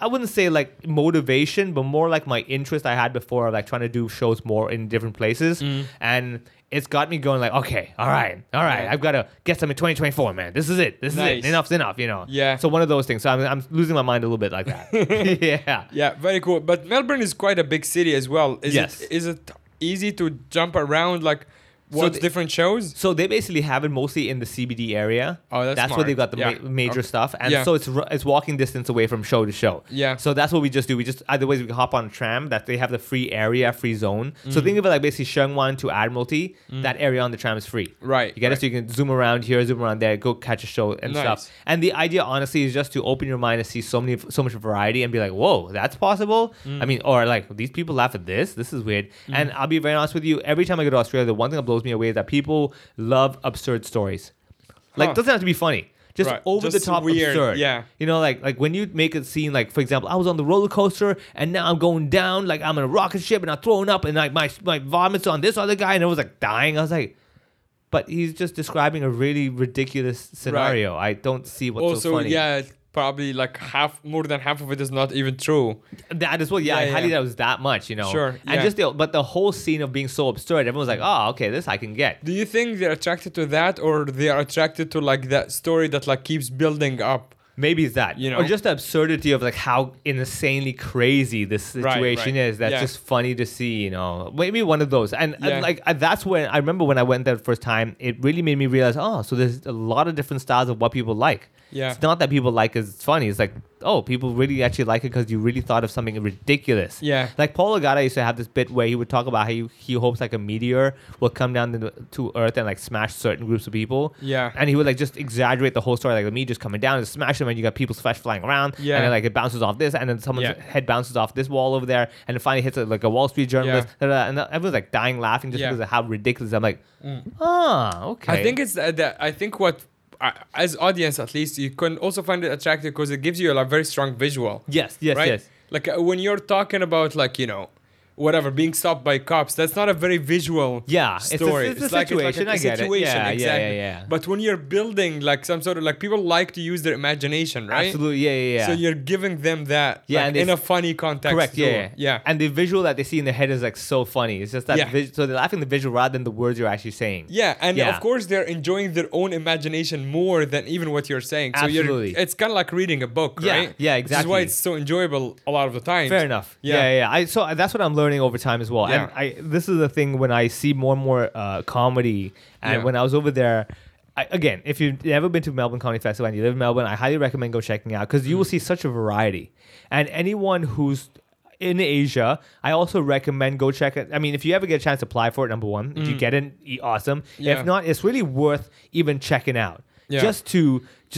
I wouldn't say like motivation, but more like my interest I had before, of like trying to do shows more in different places, Mm. and it's got me going like, okay, all right, all right, Yeah. I've got to get some in 2024, man. This is it. This is Nice. it. Enough's enough, you know. Yeah. So one of those things. So I'm, I'm losing my mind a little bit like that. yeah. yeah, very cool. But Melbourne is quite a big city as well. Is Yes. It, is it easy to jump around like? Well, it's they- different shows. So they basically have it mostly in the CBD area. Oh, that's where they've smart. got the Yeah. ma- major Okay. stuff, and Yeah. so it's ru- it's walking distance away from show to show. Yeah. So that's what we just do. We just otherwise we hop on a tram that they have the free area, free zone. So Mm. think of it like basically Shengwan to Admiralty. That area on the tram is free. Right, You get right. it. So you can zoom around here, zoom around there, go catch a show and Nice. stuff. And the idea, honestly, is just to open your mind and see so many, so much variety, and be like, "Whoa, that's possible." Mm. I mean, or like these people laugh at this. This is weird. And I'll be very honest with you. Every time I go to Australia, the one thing that blows me away is that people love absurd stories. Like, Huh. it doesn't have to be funny. Just Right. over Just the top weird, absurd. yeah. You know, like like when you make a scene, like for example, I was on the roller coaster and now I'm going down, like I'm in a rocket ship and I'm throwing up and like my my vomits on this other guy and it was like dying. I was like, but he's just describing a really ridiculous scenario. I don't see what's so also, funny. Oh, yeah, it's probably like half, more than half of it is not even true. that as well. Yeah, Yeah, I highly yeah. doubt it was that much. You know, Sure, And yeah. just the, but the whole scene of being so absurd, everyone's like, oh, okay, this I can get. Do you think they're attracted to that, or they are attracted to like that story that like keeps building up? Maybe it's that, You know? or just the absurdity of like how insanely crazy this Right, situation right. is. That's Yeah. just funny to see, you know. Maybe one of those, and, and, Yeah. like I, that's when I remember when I went there the first time. It really made me realize, oh, so there's a lot of different styles of what people like. Yeah. it's not that people like is funny. It's like, oh, people really actually like it because you really thought of something ridiculous. Yeah. like Paul Agata used to have this bit where he would talk about how he, he hopes like a meteor will come down to, the- to Earth and like smash certain groups of people. Yeah. and he would like just exaggerate the whole story, like the meteor's coming down and smash them, and you got people's flesh flying around. Yeah. and then, like it bounces off this, and then someone's Yeah. head bounces off this wall over there, and it finally hits uh, like a Wall Street journalist, da, da, da, and everyone's like dying laughing just Yeah. Mm. because of how ridiculous. I'm like, ah, okay. I think it's that, that I think what I as audience at least you can also find it attractive because it gives you a like, very strong visual. yes, yes, right? yes. Like uh, when you're talking about like you know, whatever being stopped by cops, that's not a very visual Yeah, it's a- story. it's a situation, I get it. Yeah, yeah, yeah, yeah. But when you're building like some sort of like people like to use their imagination, right? Absolutely, yeah, yeah, yeah. So you're giving them that, Yeah, like, and in a it's- funny context. Correct. too. Yeah, yeah. And the visual that they see in their head is like so funny. It's just that Yeah. vis- so they're laughing at the visual rather than the words you're actually saying. Yeah, and Yeah. of course they're enjoying their own imagination more than even what you're saying. So Absolutely. you're it's kind of like reading a book, Yeah, right? yeah, Which is why exactly. it's so enjoyable a lot of the time. Fair enough. Yeah, yeah. I so that's what I'm learning over time as well. Yeah. And I this is the thing when I see more and more uh, comedy, and Yeah. when I was over there. I, again, if you've never been to Melbourne Comedy Festival and you live in Melbourne, I highly recommend go checking out because you Mm. will see such a variety. And anyone who's in Asia, I also recommend go check it. I mean, if you ever get a chance, apply for it. Number one, if you get in, e- awesome. Mm. Yeah. If not, it's really worth even checking out Yeah. just to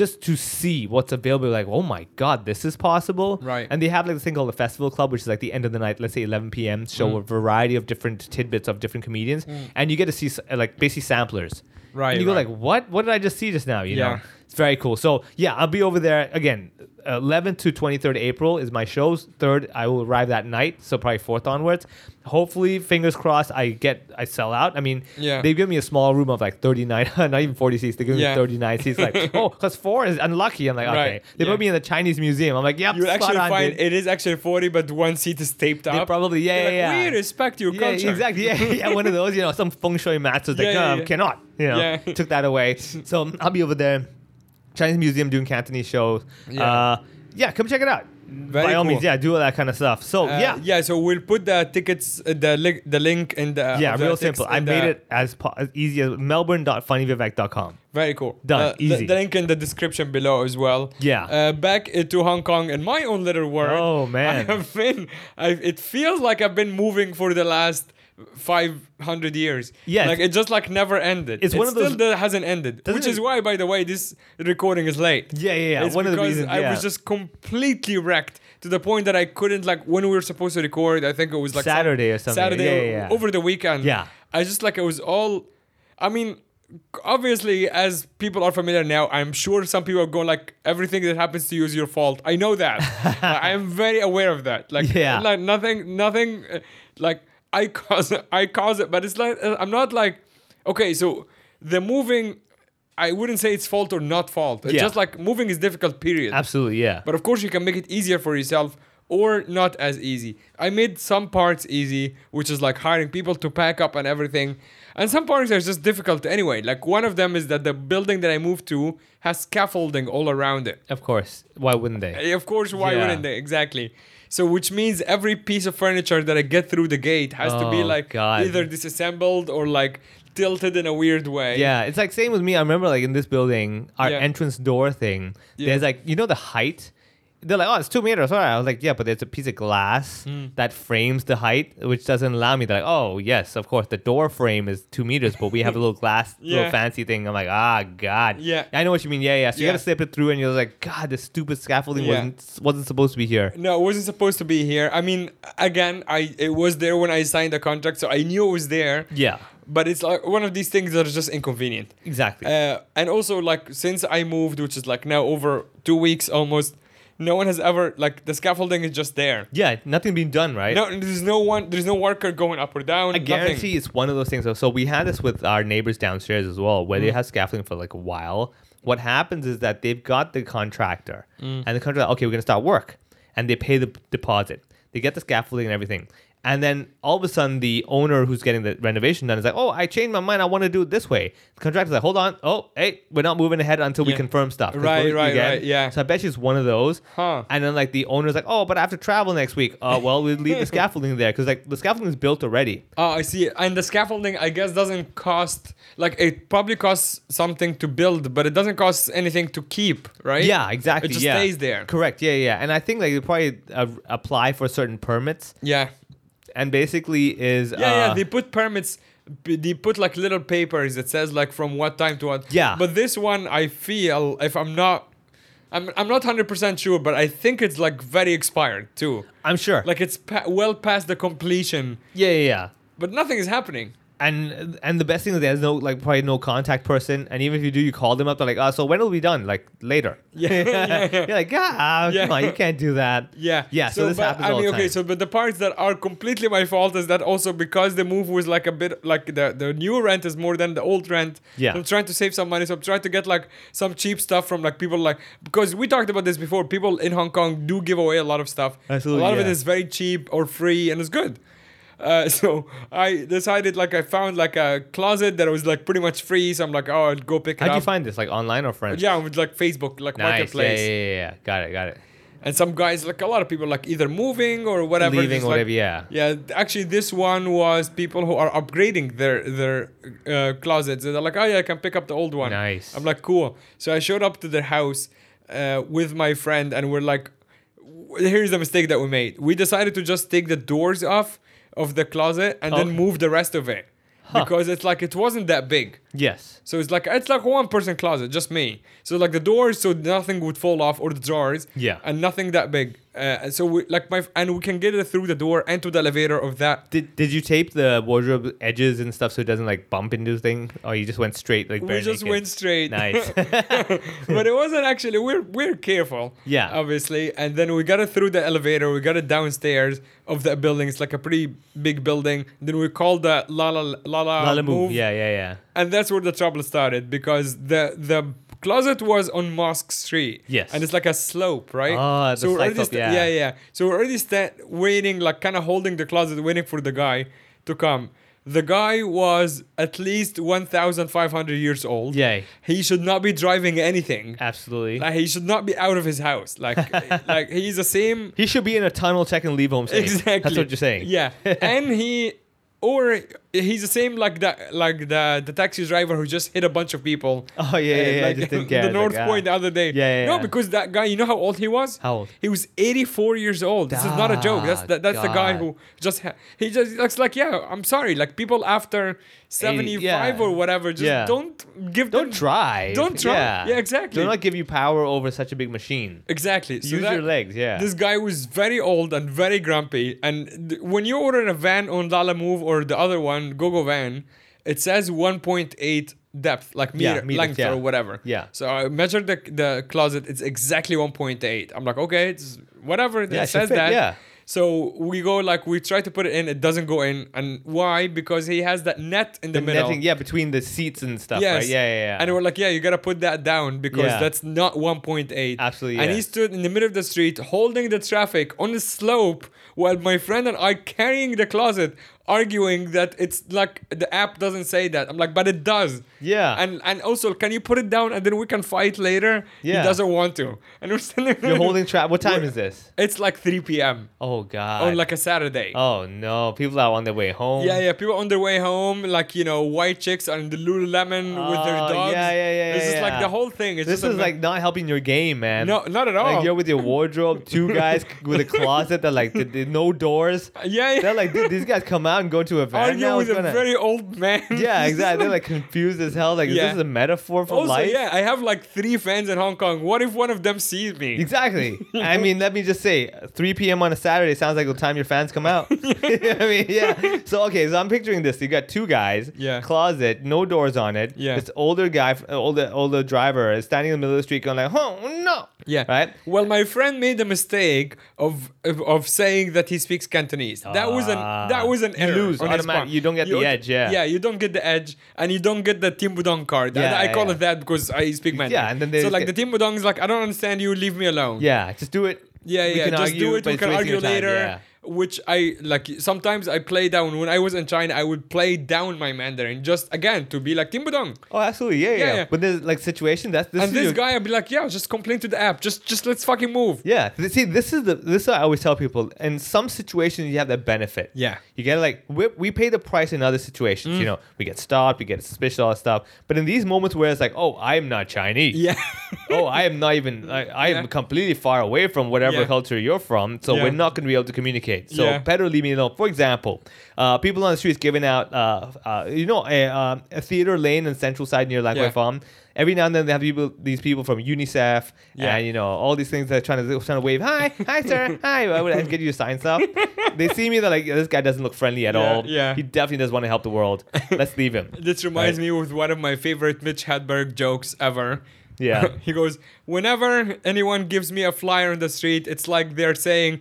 just to see what's available. Like, oh my god, this is possible. Right. And they have like this thing called the Festival Club, which is like the end of the night, let's say 11 p.m. show Mm. a variety of different tidbits of different comedians, and you get to see s- uh, like basically samplers. Right, And you go right. like, what? What did I just see just now? You Yeah. know, it's very cool. So yeah, I'll be over there again. 11th to 23rd April is my shows. Third, I will arrive that night, so probably fourth onwards. Hopefully, fingers crossed, I get I sell out. I mean, Yeah. they've given me a small room of like 39, not even 40 seats. They give Yeah. me 39 seats. Like, oh, because four is unlucky. I'm like, okay. Right, They yeah. put me in the Chinese museum. I'm like, yep, You spot actually on, find dude. it is actually 40, but one seat is taped up. probably- yeah, They're yeah, like, yeah. We respect your yeah, culture. exactly. Yeah, yeah, one of those. You know, some feng shui mats was like, Yeah, yeah, um, yeah. cannot. You know, Yeah. took that away. So I'll be over there, Chinese Museum doing Cantonese shows. Yeah. Yeah, uh, yeah come check it out. Very By all cool. means, yeah, do all that kind of stuff. So Uh, yeah, yeah. So we'll put the tickets, uh, the link, the link, in the yeah, of the real text simple. I in made the- it as, po- as easy as melbourne.funnyvivek.com. Very cool. Done. Uh, the- Easy. The, link in the description below as well. Yeah. Uh, back uh, to Hong Kong and my own little world. Oh, man. I have been. I, it feels like I've been moving for the last. 500 years Yeah, like it's- it just like never ended It's It one of those- still that hasn't ended which Doesn't is it- why by the way this recording is late Yeah, yeah, yeah. It's One of the because reasons, i was yeah. just completely wrecked to the point that i couldn't like when we were supposed to record i think it was like some- Saturday or something. saturday Yeah, yeah, yeah. over the weekend Yeah. I just like it was all. I mean, obviously, as people are familiar now, I'm sure some people are going like, "Everything that happens to you is your fault." I know that. I am very aware of that. Like, Yeah. like nothing, nothing, uh, like I cause, I cause it. But it's like uh, I'm not like, okay, so the moving, I wouldn't say it's fault or not fault. It's Yeah. just like moving is difficult. Period. Absolutely, yeah. But of course, you can make it easier for yourself or not as easy. I made some parts easy, which is like hiring people to pack up and everything. And some parts are just difficult anyway. Like one of them is that the building that I moved to has scaffolding all around it. Of course. Why wouldn't they? Eh, Of course, why Yeah. wouldn't they? Exactly. So, which means every piece of furniture that I get through the gate has to be Oh, like God. either disassembled or like tilted in a weird way. Yeah, it's like same with me. I remember like in this building, our Yeah. entrance door thing. Yeah. There's like you know the height. They're like, oh, it's two meters. All right. I was like, yeah, but there's a piece of glass Mm. that frames the height, which doesn't allow me. They're like, oh, yes, of course, the door frame is two meters, but we have a little glass, Yeah. little fancy thing. I'm like, ah, god. Yeah. I know what you mean. Yeah, yeah. So Yeah. you gotta slip it through, and you're like, god, this stupid scaffolding Yeah. wasn't wasn't supposed to be here. No, it wasn't supposed to be here. I mean, again, I it was there when I signed the contract, so I knew it was there. Yeah. But it's like one of these things that are just inconvenient. Exactly. Uh, and also, like, since I moved, which is like now over two weeks almost, no one has ever like the scaffolding is just there. yeah, nothing being done, right? No, there's no one. There's no worker going up or down. I guarantee it's one of those things. So we had this with our neighbors downstairs as well, where they Mm. had scaffolding for like a while. What happens is that they've got the contractor, Mm. and the contractor, okay, we're gonna start work, and they pay the p- deposit. They get the scaffolding and everything, and then all of a sudden, the owner who's getting the renovation done is like, "Oh, I changed my mind. I want to do it this way." The contractor's like, "Hold on. Oh, hey, we're not moving ahead until Yeah. we confirm stuff." 'Cause Right, we- right, again- right, yeah. So I bet she's one of those. Huh. And then like the owner's like, "Oh, but I have to travel next week. Uh, well, we leave the scaffolding there because like the scaffolding is built already." Oh, I see. And the scaffolding, I guess, doesn't cost like it probably costs something to build, but it doesn't cost anything to keep, right? Yeah, exactly. It just yeah. stays there. Correct. Yeah, yeah. And I think like you probably uh, apply for certain permits, Yeah, and basically is yeah, yeah. uh, They put permits. b- They put like little papers that says like from what time to what. Yeah. But this one, I feel if I'm not, I'm I'm not hundred percent sure, but I think it's like very expired too. I'm sure. Like it's pa- well past the completion, yeah, yeah, yeah. but nothing is happening. And and the best thing is there's no like probably no contact person, and even if you do, you call them up. They're like, oh, so when will we be done? Like later. Yeah, yeah, yeah. You're like, ah, Yeah. come on, you can't do that. Yeah. Yeah. So, this but, happens I all mean, the time. okay. So, but the parts that are completely my fault is that also because the move was like a bit like the the new rent is more than the old rent. Yeah. So I'm trying to save some money, so I'm trying to get like some cheap stuff from like people like because we talked about this before. People in Hong Kong do give away a lot of stuff. Absolutely, A lot of it yeah. is very cheap or free, and it's good. Uh, so I decided like I found like a closet that was like pretty much free. So I'm like, oh, I'll go pick it How'd up. you find this? Like online or friends? yeah, with like Facebook, like Nice. Yeah, yeah, marketplace. yeah, yeah. Got it. Got it. And some guys, like a lot of people, like either moving or whatever, Leaving just, or like- whatever. Yeah. yeah, actually, this one was people who are upgrading their their uh, closets. And they're like, "Oh yeah, I can pick up the old one." Nice. I'm like, "Cool." So I showed up to their house uh, with my friend, and we're like, w- "Here's the mistake that we made. We decided to just take the doors off of the closet and then Okay. move the rest of it because it's like it wasn't that big." Yes. So it's like it's like one person closet, just me. So like the doors, so nothing would fall off, or the drawers, Yeah. and nothing that big. Uh, so we like my and we can get it through the door and to the elevator of that. Did, did you tape the wardrobe edges and stuff so it doesn't like bump into things? Or you just went straight like bare we just naked? went straight. Nice. but it wasn't actually. We're we're careful. Yeah. obviously. And then we got it through the elevator. We got it downstairs of that building. It's like a pretty big building. Then we called the la la la la Lala move. Yeah, yeah, yeah. and that's where the trouble started because the the closet was on Mosque Street. Yes. and it's like a slope, right? Ah, the we're slight already up, sta- yeah. yeah, yeah. So we're already sta- waiting, like kind of holding the closet, waiting for the guy to come. The guy was at least one thousand five hundred years old. Yay. Uh, he should not be driving anything. Absolutely. Like he should not be out of his house. Like like he's the same he should be in a tunnel check and leave home safe. exactly That's what you're saying. yeah and he or he's the same like that like the the taxi driver who just hit a bunch of people Oh, yeah, yeah, yeah, like just didn't care. the Like, north ah. point the other day Yeah, yeah, no yeah. because that guy you know how old he was How old? he was 84 years old this is not a joke that's that, that's the guy God. who just ha- he just looks like yeah i'm sorry like people after 75 yeah. or whatever just Yeah. don't give Don't them try. Don't drive. Yeah, exactly. Do not give you power over such a big machine. Exactly. So Use that- your legs, yeah. This guy was very old and very grumpy. And th- when you order a van on Lala Move or the other one, GoGo Van, it says 1.8 depth, like Yeah, meter, meters, length yeah. or whatever. Yeah. So I measured the, the closet. It's exactly 1.8. I'm like, okay, it's whatever. It Yeah, it should says fit, that. yeah. So we go like we try to put it in. It doesn't go in. And why? Because he has that net in the, The middle. netting- yeah, between the seats and stuff, right? Yeah, yeah, yeah. And we're like, yeah, you gotta put that down because Yeah. that's not 1.8. Absolutely, And yeah. he stood in the middle of the street holding the traffic on the slope while my friend and I carrying the closet arguing that it's like the app doesn't say that. I'm like, but it does. Yeah. And and also, can you put it down and then we can fight later? Yeah. He doesn't want to. And we're still You're holding trap. What time is this? It's like 3 p.m. Oh God. on like a Saturday. oh no, people are on their way home. Yeah, yeah. People on their way home, like you know, white chicks on the Lululemon with their Oh, dogs. yeah, yeah, yeah, This is yeah, like yeah. the whole thing. It's This just a is ma- like not helping your game, man. no, not at all. Like you're with your wardrobe, two guys with a closet that like th- th- no doors. yeah, yeah. They're like, dude, these guys come out and go to a van Argue now. with it's a gonna- very old man. yeah, exactly. They're like confused as hell. Like, Yeah. is this a metaphor for Also, life? yeah, I have like three fans in Hong Kong. What if one of them sees me? Exactly. I mean, let me just say, 3 p.m. on a Saturday sounds like the time your fans come out. I mean, yeah. So okay, so I'm picturing this. You got two guys, Yeah. closet, no doors on it. Yeah. This older guy, older older driver, is standing in the middle of the street, going like, "Oh no!" Yeah. Right. Well, my friend made the mistake of of, of saying that he speaks Cantonese. That was an that was an Ah. You error. lose on his automatic- part. you don't get the edge, yeah. Yeah, you don't get the edge, and you don't get the Timbudong card. Yeah, I, I call yeah. it that because I speak Mandarin. and then they- so like the Timbudong is like, I don't understand you. Leave me alone. Yeah. Just do it. yeah, We yeah. can Just argue, do it. but We it's can wasting argue your time, later. yeah. Which I like. Sometimes I play down. When I was in China, I would play down my Mandarin just again to be like Timbudong. Oh, absolutely. Yeah, yeah. Yeah, yeah, yeah. But there's like situation that's this And is this your- guy, I'd be like, yeah, just complain to the app. Just just let's fucking move. Yeah. Th- See, this is the this is what I always tell people. In some situations, you have that benefit. Yeah. Mm. You get like we, we pay the price in other situations. You know, we get stopped, we get suspicious, all that stuff. But in these moments where it's like, oh, I am not Chinese. Yeah. oh, I am not even. I, I am Yeah. completely far away from whatever Yeah. culture you're from, so Yeah. we're not going to be able to communicate. So Yeah. better leave me alone. For example, uh, people on the streets giving out, uh, uh, you know, a, um a theater lane in Central Side near Lang Yeah. Wai Farm. Every now and then they have people, these people from UNICEF, Yeah. and you know all these things. They're trying to trying to wave, hi, hi, sir, hi. I would get you to sign stuff. they see me, they're like, this guy doesn't look friendly at Yeah, all. yeah. he definitely doesn't want to help the world. Let's leave him. This reminds Right. me with one of my favorite Mitch Hedberg jokes ever. Yeah. he goes, Whenever anyone gives me a flyer on the street, it's like they're saying,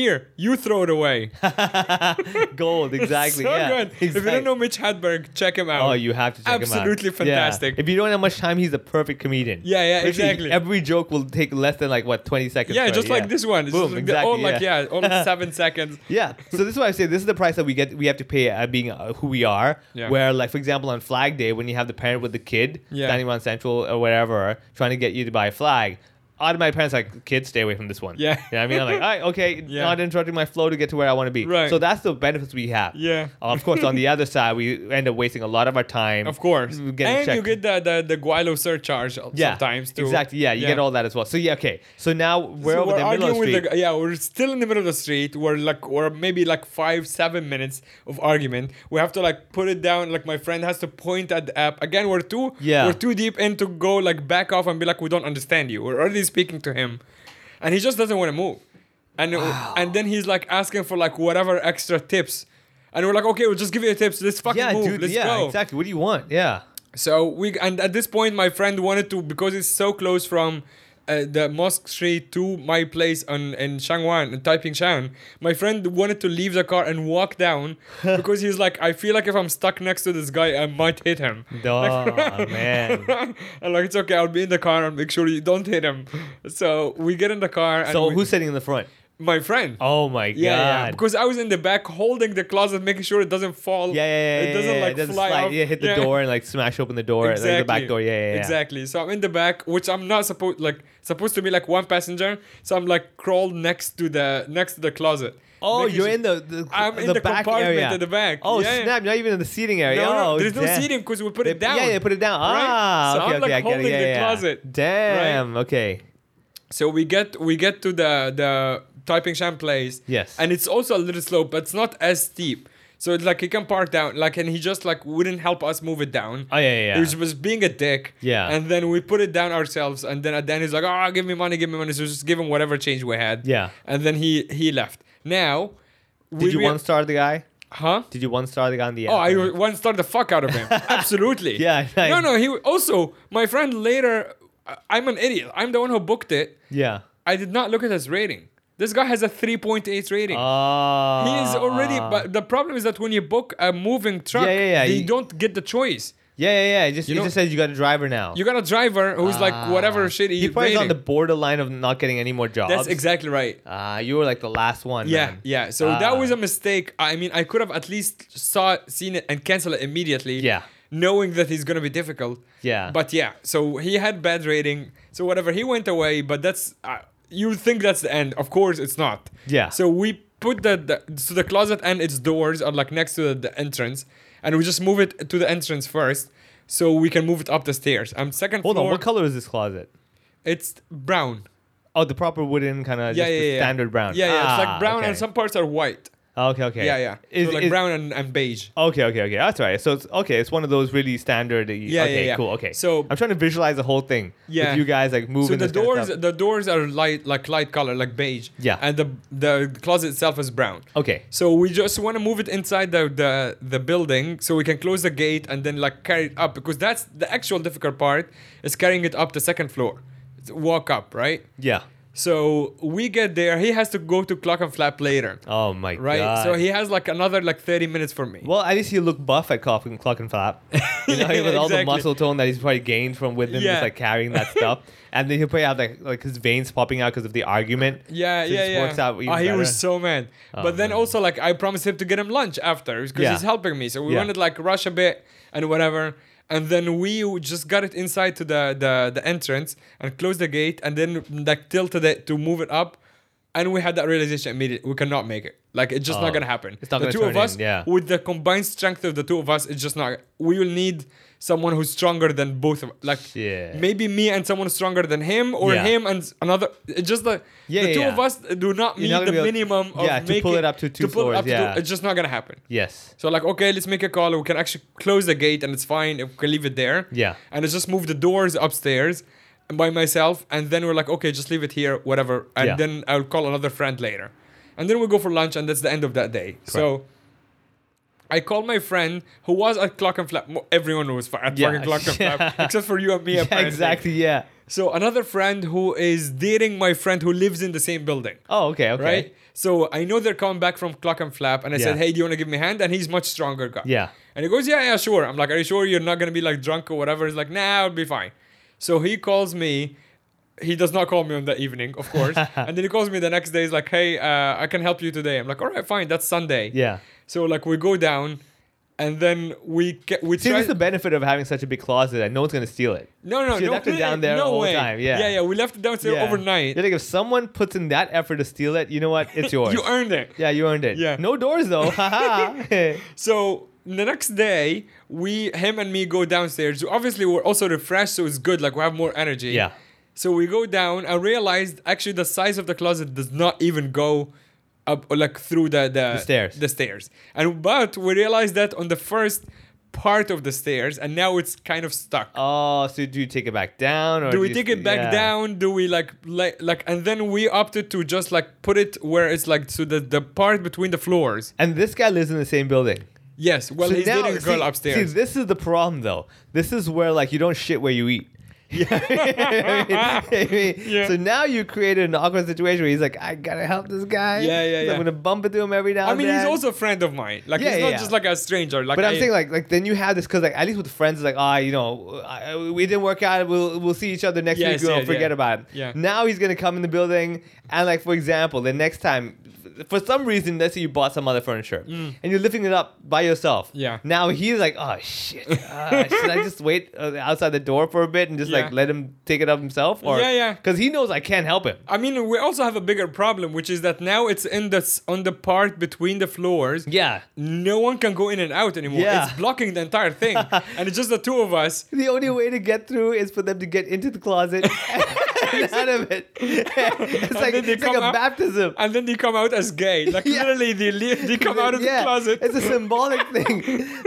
Here, you throw it away. Gold, exactly. so yeah, good. If you exact- don't know Mitch Hedberg, check him out. Oh, you have to check him out. Absolutely fantastic. Yeah. If you don't have much time, he's a perfect comedian. Yeah, yeah, Literally, exactly. Every joke will take less than like what twenty seconds. yeah, right? just like this one. It's Boom, just like exactly. all like, yeah. yeah, all seven seconds. Yeah. So this is why I say this is the price that we get. We have to pay uh, being uh, who we are. Yeah. Where like for example on Flag Day when you have the parent with the kid Yeah. standing on Central or whatever trying to get you to buy a flag. Automatic parents are like kids stay away from this one. Yeah. You know what I mean, I'm like, all right, okay, Yeah. not interrupting my flow to get to where I want to be. Right. So that's the benefits we have. Yeah. of course, on the other side, we end up wasting a lot of our time. Of course. Getting And you checked. get the, the, the Guaylo surcharge sometimes too. Exactly. Yeah, you get all that as well. So yeah, okay. So now we're So over the middle of the arguing street. with the, yeah, we're still in the middle of the street. We're like, or maybe like five, seven minutes of argument. We have to like put it down. Like my friend has to point at the app again. We're too, Yeah. we're too deep in to go like back off and be like, we don't understand you. We're already speaking to him, and he just doesn't want to move. And uh, and then he's like asking for like whatever extra tips, and we're like, okay, we'll just give you the tips. Let's fucking yeah, move. dude. Let's yeah, go. exactly. What do you want? Yeah. So we and at this point, my friend wanted to because it's so close from uh, the mosque street to my place on in Shangwan in Taipingshan. My friend wanted to leave the car and walk down because he's like, I feel like if I'm stuck next to this guy, I might hit him. Oh man. and like it's okay, I'll be in the car and make sure you don't hit him. So we get in the car. And So we- who's sitting in the front? my friend? Oh my god. Yeah, yeah, because I was in the back holding the closet, making sure it doesn't fall. yeah, yeah, yeah, It doesn't yeah, like it doesn't fly slide. off. Yeah, hit the Yeah. door and like smash open the door, like the back door. Yeah, yeah, yeah. Exactly. So I'm in the back, which I'm not supposed like supposed to be like one passenger. So I'm like crawled next to the next to the closet. Oh, Making you're sure- in the the, I'm in the back compartment area. at the back. Oh Yeah, yeah. snap! You're not even in the seating area. No, no, oh, there's no damn. seating because we put it They- down. Yeah, yeah, put it down. Right? Ah, So okay, I'm, okay, like, I get it. holding Yeah, the yeah. closet, Damn. Okay. So we get we get to the the Taiping Shan place. Yes. And it's also a little slope, but it's not as steep. So it's like he can park down, like, and he just like wouldn't help us move it down. Oh, yeah, yeah, yeah. He was- was being a dick. Yeah. And then we put it down ourselves, and then at the end he's like, "Oh, give me money, give me money." So just give him whatever change we had. Yeah. And then he he left. Now, Did you one star the guy? Huh? Did you one star the guy on the? Oh, app? I one star the fuck out of him. Absolutely. Yeah, like- no, no. He also my friend later. I- I'm an idiot. I'm the one who booked it. Yeah. I did not look at his rating. This guy has a 3.8 rating. Oh. he is already. But the problem is that when you book a moving truck, Yeah, yeah, yeah, they you- don't get the choice. Yeah, yeah, yeah. It just, You it know- just says you got a driver now. You got a driver who's like whatever shit Ah. He he's probably is on the raining. borderline of not getting any more jobs. That's exactly right. Ah, you were like the last one. Yeah, man. yeah. So Ah. that was a mistake. I mean, I could have at least saw seen it and cancel it immediately. Yeah. Knowing that he's gonna be difficult. Yeah. But yeah, so he had bad rating. So whatever, he went away. But that's uh, you think that's the end. Of course, it's not. Yeah. So we put the, the so the closet and its doors are like next to the, the entrance, and we just move it to the entrance first, so we can move it up the stairs. I'm second Hold floor. on, what color is this closet? It's brown. Oh, the proper wooden kind of Yeah, just yeah, the yeah. standard brown. Yeah, yeah. it's Ah, like brown, okay. and some parts are white. Okay, okay. Yeah, yeah. Is, so like is- brown and, and beige. Okay, okay, okay. That's right. So it's okay. It's one of those really standard. Yeah, yeah, okay, yeah. cool. Okay. So- I'm trying to visualize the whole thing. Yeah. With you guys like moving. So the this kind of doors, stuff. the doors are light, like light color, like beige. Yeah. And the the closet itself is brown. Okay. So we just want to move it inside the, the the building so we can close the gate and then like carry it up because that's the actual difficult part is carrying it up the second floor, It's walk up, right? Yeah. So we get there. He has to go to clock and flap later, Oh my right? god. So he has like another like thirty minutes for me. Well, at least he looked buff at Clock and Clock and Flap. You know, Yeah, with all the exactly. muscle tone that he's probably gained from within Yeah. just like carrying that stuff, and then he'll probably have like like his veins popping out because of the argument. Yeah, So it yeah, just yeah. Works out even Ah, he better. Oh, was so mad. but then also like I promised him to get him lunch after because Yeah. he's helping me. So we Yeah. wanted like rush a bit and whatever. And then we just got it inside to the, the, the entrance and closed the gate and then like tilted it to move it up. And we had that realization immediately. We cannot make it. Like it's just Oh. not gonna happen. It's not the gonna two turn of us in, yeah. with the combined strength of the two of us, it's just not. We will need someone who's stronger than both of like Shit. maybe me and someone stronger than him or Yeah. him and s- another. It's just the Yeah, the yeah, two yeah. of us do not You're meet not the gonna be able- minimum of yeah, to pull making- it up to pull two it floors, up to two- yeah. it's just not gonna happen. Yes. So like, okay, let's make a call. We can actually close the gate and it's fine. If we can leave it there. Yeah. And it's just move the doors upstairs by myself, and then we're like, okay, just leave it here, whatever. And Yeah. then I'll call another friend later, and then we go for lunch, and that's the end of that day. So. I called my friend who was at Clock and Flap. Mo- Everyone was fi- at Yeah. fucking Clock and Yeah. Flap, except for you and me. Yeah, apparently. exactly. Yeah. So another friend who is dating my friend who lives in the same building. Oh, okay. Okay. Right? So I know they're coming back from clock and flap and I said, Yeah. Hey, do you wanna give me a hand? And he's much stronger guy. Yeah. And he goes, Yeah, yeah, sure. I'm like, Are you sure you're not gonna be like drunk or whatever? He's like, nah, I'll be fine. So he calls me. He does not call me on that evening, of course. and then he calls me the next day, he's like, Hey, uh, I can help you today. I'm like, All right, fine, that's Sunday. Yeah. So like we go down and then we ca- we See, try this is the benefit of having such a big closet that no one's gonna steal it. no, no, So you no, left it no, down there no all the way. time, yeah. yeah, yeah. We left it down there overnight. You're like, if someone puts in that effort to steal it, you know what? It's yours. You earned it. Yeah, you earned it. Yeah. No doors though. Haha. So the next day, we him and me go downstairs. Obviously, we're also refreshed, so it's good. Like we have more energy. Yeah. So we go down. I realized actually the size of the closet does not even go up like through the the, stairs. The stairs. And but we realized that on the first part of the stairs, and now it's kind of stuck. Oh, so do you take it back down, or do we you take st- it back yeah. down do we like like like and then we opted to just like put it where it's like so the the part between the floors And this guy lives in the same building. yes well So he's now- dating a girl see- upstairs See, this is the problem though. This is where like you don't shit where you eat. Yeah. Yeah. So now you created an awkward situation where he's like, I gotta help this guy. Yeah, yeah, yeah. I'm gonna bump into him every now i and mean then. he's also a friend of mine like Yeah, he's yeah, not yeah. just like a stranger like But I'm I- saying like like then you have this because like at least with friends it's like ah you know I, we didn't work out we'll we'll see each other next Yes, week we'll yeah, forget yeah. about it. Yeah. Now he's gonna come in the building and like for example the next time f- for some reason let's say you bought some other furniture and you're lifting it up by yourself. Mm. Yeah. Now he's like oh shit ah, should I just wait uh, outside the door for a bit and just like Yeah. let him take it up himself or Yeah, yeah. because he knows I can't help him. I mean, we also have a bigger problem, which is that now it's in the s- on the part between the floors. Yeah. no one can go in and out anymore. Yeah. It's blocking the entire thing, and it's just the two of us. The only way to get through is for them to get into the closet and out of it. It's like, then they it's like a come out- baptism. And then they come out as gay. Like Yeah. literally, they li- they come out of Yeah, the closet. It's a symbolic thing.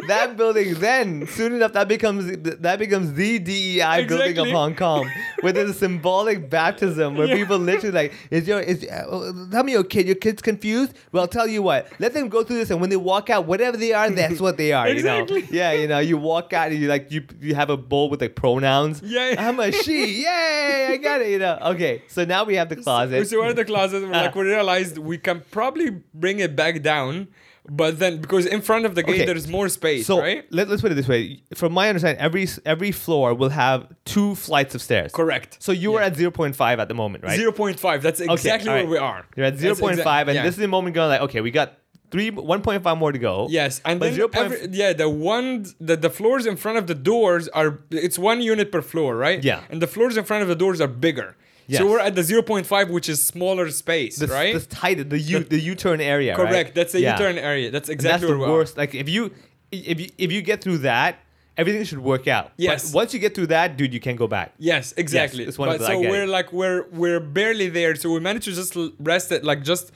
that building then soon enough that becomes that becomes the DEI building of Exactly. Hong Kong, where there's a symbolic baptism where people literally like, is your is uh, oh, tell me your kid, your kid's confused. Well, tell you what, let them go through this, and when they walk out, whatever they are, that's what they are. You Exactly. know, yeah, you know, you walk out and you like you you have a bowl with like pronouns. Yeah. I'm a she. Yay, I got it. You know. Okay, so now we have the closet. So we're in the closet. We're Ah. like, we realized we can probably bring it back down, but then because in front of the gate Okay. there's more space, so right? let, us put it this way. From my understanding, every s- every floor will have two flights of stairs. Correct. So you are at 0.5 at the moment, right? Zero point five. That's Okay, exactly all where right. we are. You're at That's 0.5, exact- and yeah. this is the moment going like, okay, we got three, 1.5 more to go. Yes, and But then 0.5 every, yeah, the one the, the floors in front of the doors are it's one unit per floor, right? Yeah. And the floors in front of the doors are bigger. Yes. So we're at the 0.5, which is smaller space, this, right? This tight, the U, The- the, U-turn area. Correct. right? That's a Yeah. U-turn area. That's And exactly that's where the we worst. Like if you, if you, if you get through that, everything should work out. Yes. But once you get through that, dude, you can go back. are. Yes, exactly. it's one of but the- I so get we're it. like we're we're barely there. So we managed to just l- rest it, like just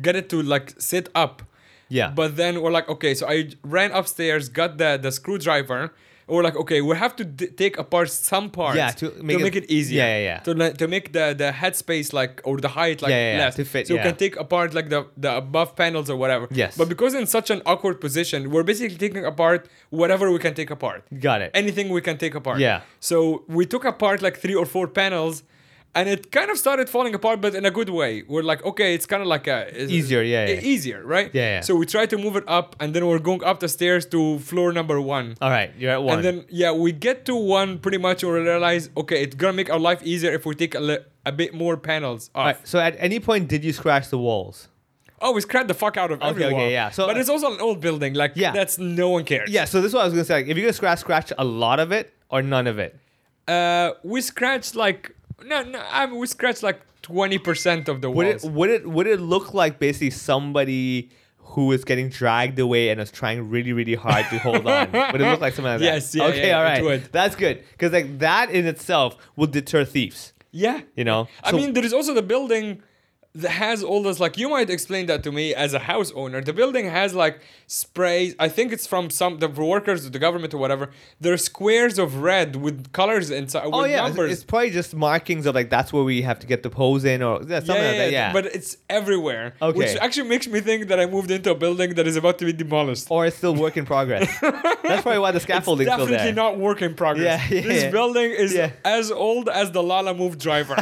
get it to like sit up. Yeah. But then we're like, okay, so I ran upstairs, got the the screwdriver. We're like, okay, we have to d- take apart some parts Yeah, to make it- make it easier. Yeah, yeah, yeah. To, li- to make the the headspace like or the height like Yeah, yeah, yeah, less. to fit, so yeah. we can take apart like the the above panels or whatever. Yes. But because in such an awkward position, we're basically taking apart whatever we can take apart. Got it. Anything we can take apart. Yeah. So we took apart like three or four panels. And it kind of started falling apart, but in a good way. We're like, okay, it's kind of like a it's- Easier, yeah, e- yeah. easier, right? Yeah, yeah. So we try to move it up, and then we're going up the stairs to floor number one. All right, you're at one. And then yeah, we get to one pretty much, and we realize okay, it's gonna make our life easier if we take a, li- a bit more panels off. All right, so at any point, did you scratch the walls? Oh, we scrapped the fuck out of Okay, everyone. okay, yeah. So- but it's also an old building, like Yeah. that's no one cares. Yeah, so this is what I was gonna say. Like, if you're gonna scratch, scratch a lot of it or none of it. Uh, we scratched like no, no, I mean, we scratched like twenty percent of the Would walls. it would it would it look like basically somebody who is getting dragged away and is trying really really hard to hold on? Would it look like something like that? Yes, yeah, Okay. yeah, all it right. would. That's good because like that in itself will deter thieves. yeah, You know. I So- mean, there is also the building that has all this. Like, you might explain that to me as a house owner. The building has like sprays. I think it's from some the workers, of the government, or whatever. There are squares of red with colors inside with Oh yeah, it's- numbers. it's probably just markings of like that's where we have to get the pose in or yeah, something like that. Yeah, but it's everywhere. Which Okay. actually makes me think that I moved into a building that is about to be demolished. or it's still work in progress. that's probably why the scaffolding still Definitely there. not work in progress. Yeah, yeah, this yeah. building is Yeah. as old as the Lala Move driver.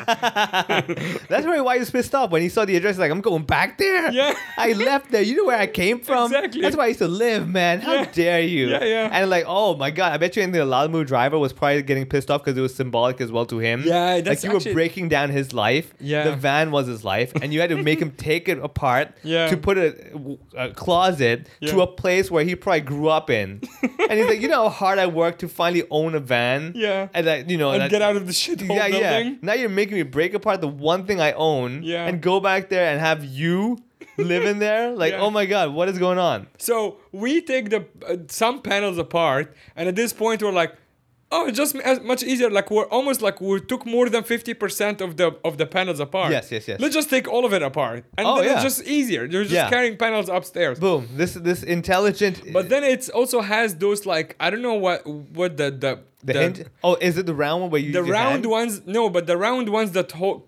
That's probably why he was pissed off when he saw the address. Like, I'm going back there. Yeah. I left there. You know where I came from. Exactly. That's where I used to live, man. How Yeah. dare you? Yeah, yeah. And like, oh my god, I bet you in the Alamo driver was probably getting pissed off because it was symbolic as well to him. Yeah, like that's you actually- were breaking down his life. Yeah. the van was his life, and you had to make him take it apart. Yeah. to put a, a closet to Yeah. a place where he probably grew up in. and he's like, you know how hard I worked to finally own a van. Yeah. and like you know, and that- get out of the shithole yeah, building. yeah. Now you're making me break apart the one thing I own Yeah. and go back there and have you live in there. Like, Yeah. oh my god, what is going on? So we take the uh, some panels apart, and at this point we're like, oh, it's just as much easier. Like we're almost like we took more than fifty percent of the of the panels apart. Yes, yes, yes. Let's just take all of it apart, and Oh, then it's yeah. just easier. You're just Yeah. carrying panels upstairs. But- Boom. This this intelligent. uh, then it's also has those like I don't know what what the the the, hint- oh, is it the round one where you the use your round hand? ones no, but the round ones that ho-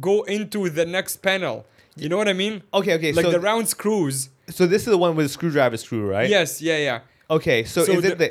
go into the next panel. You know what I mean? Okay, okay, Like so- the round screws. So this is the one with the screwdriver screw, right? Yes, yeah, yeah. Okay, so, So is it the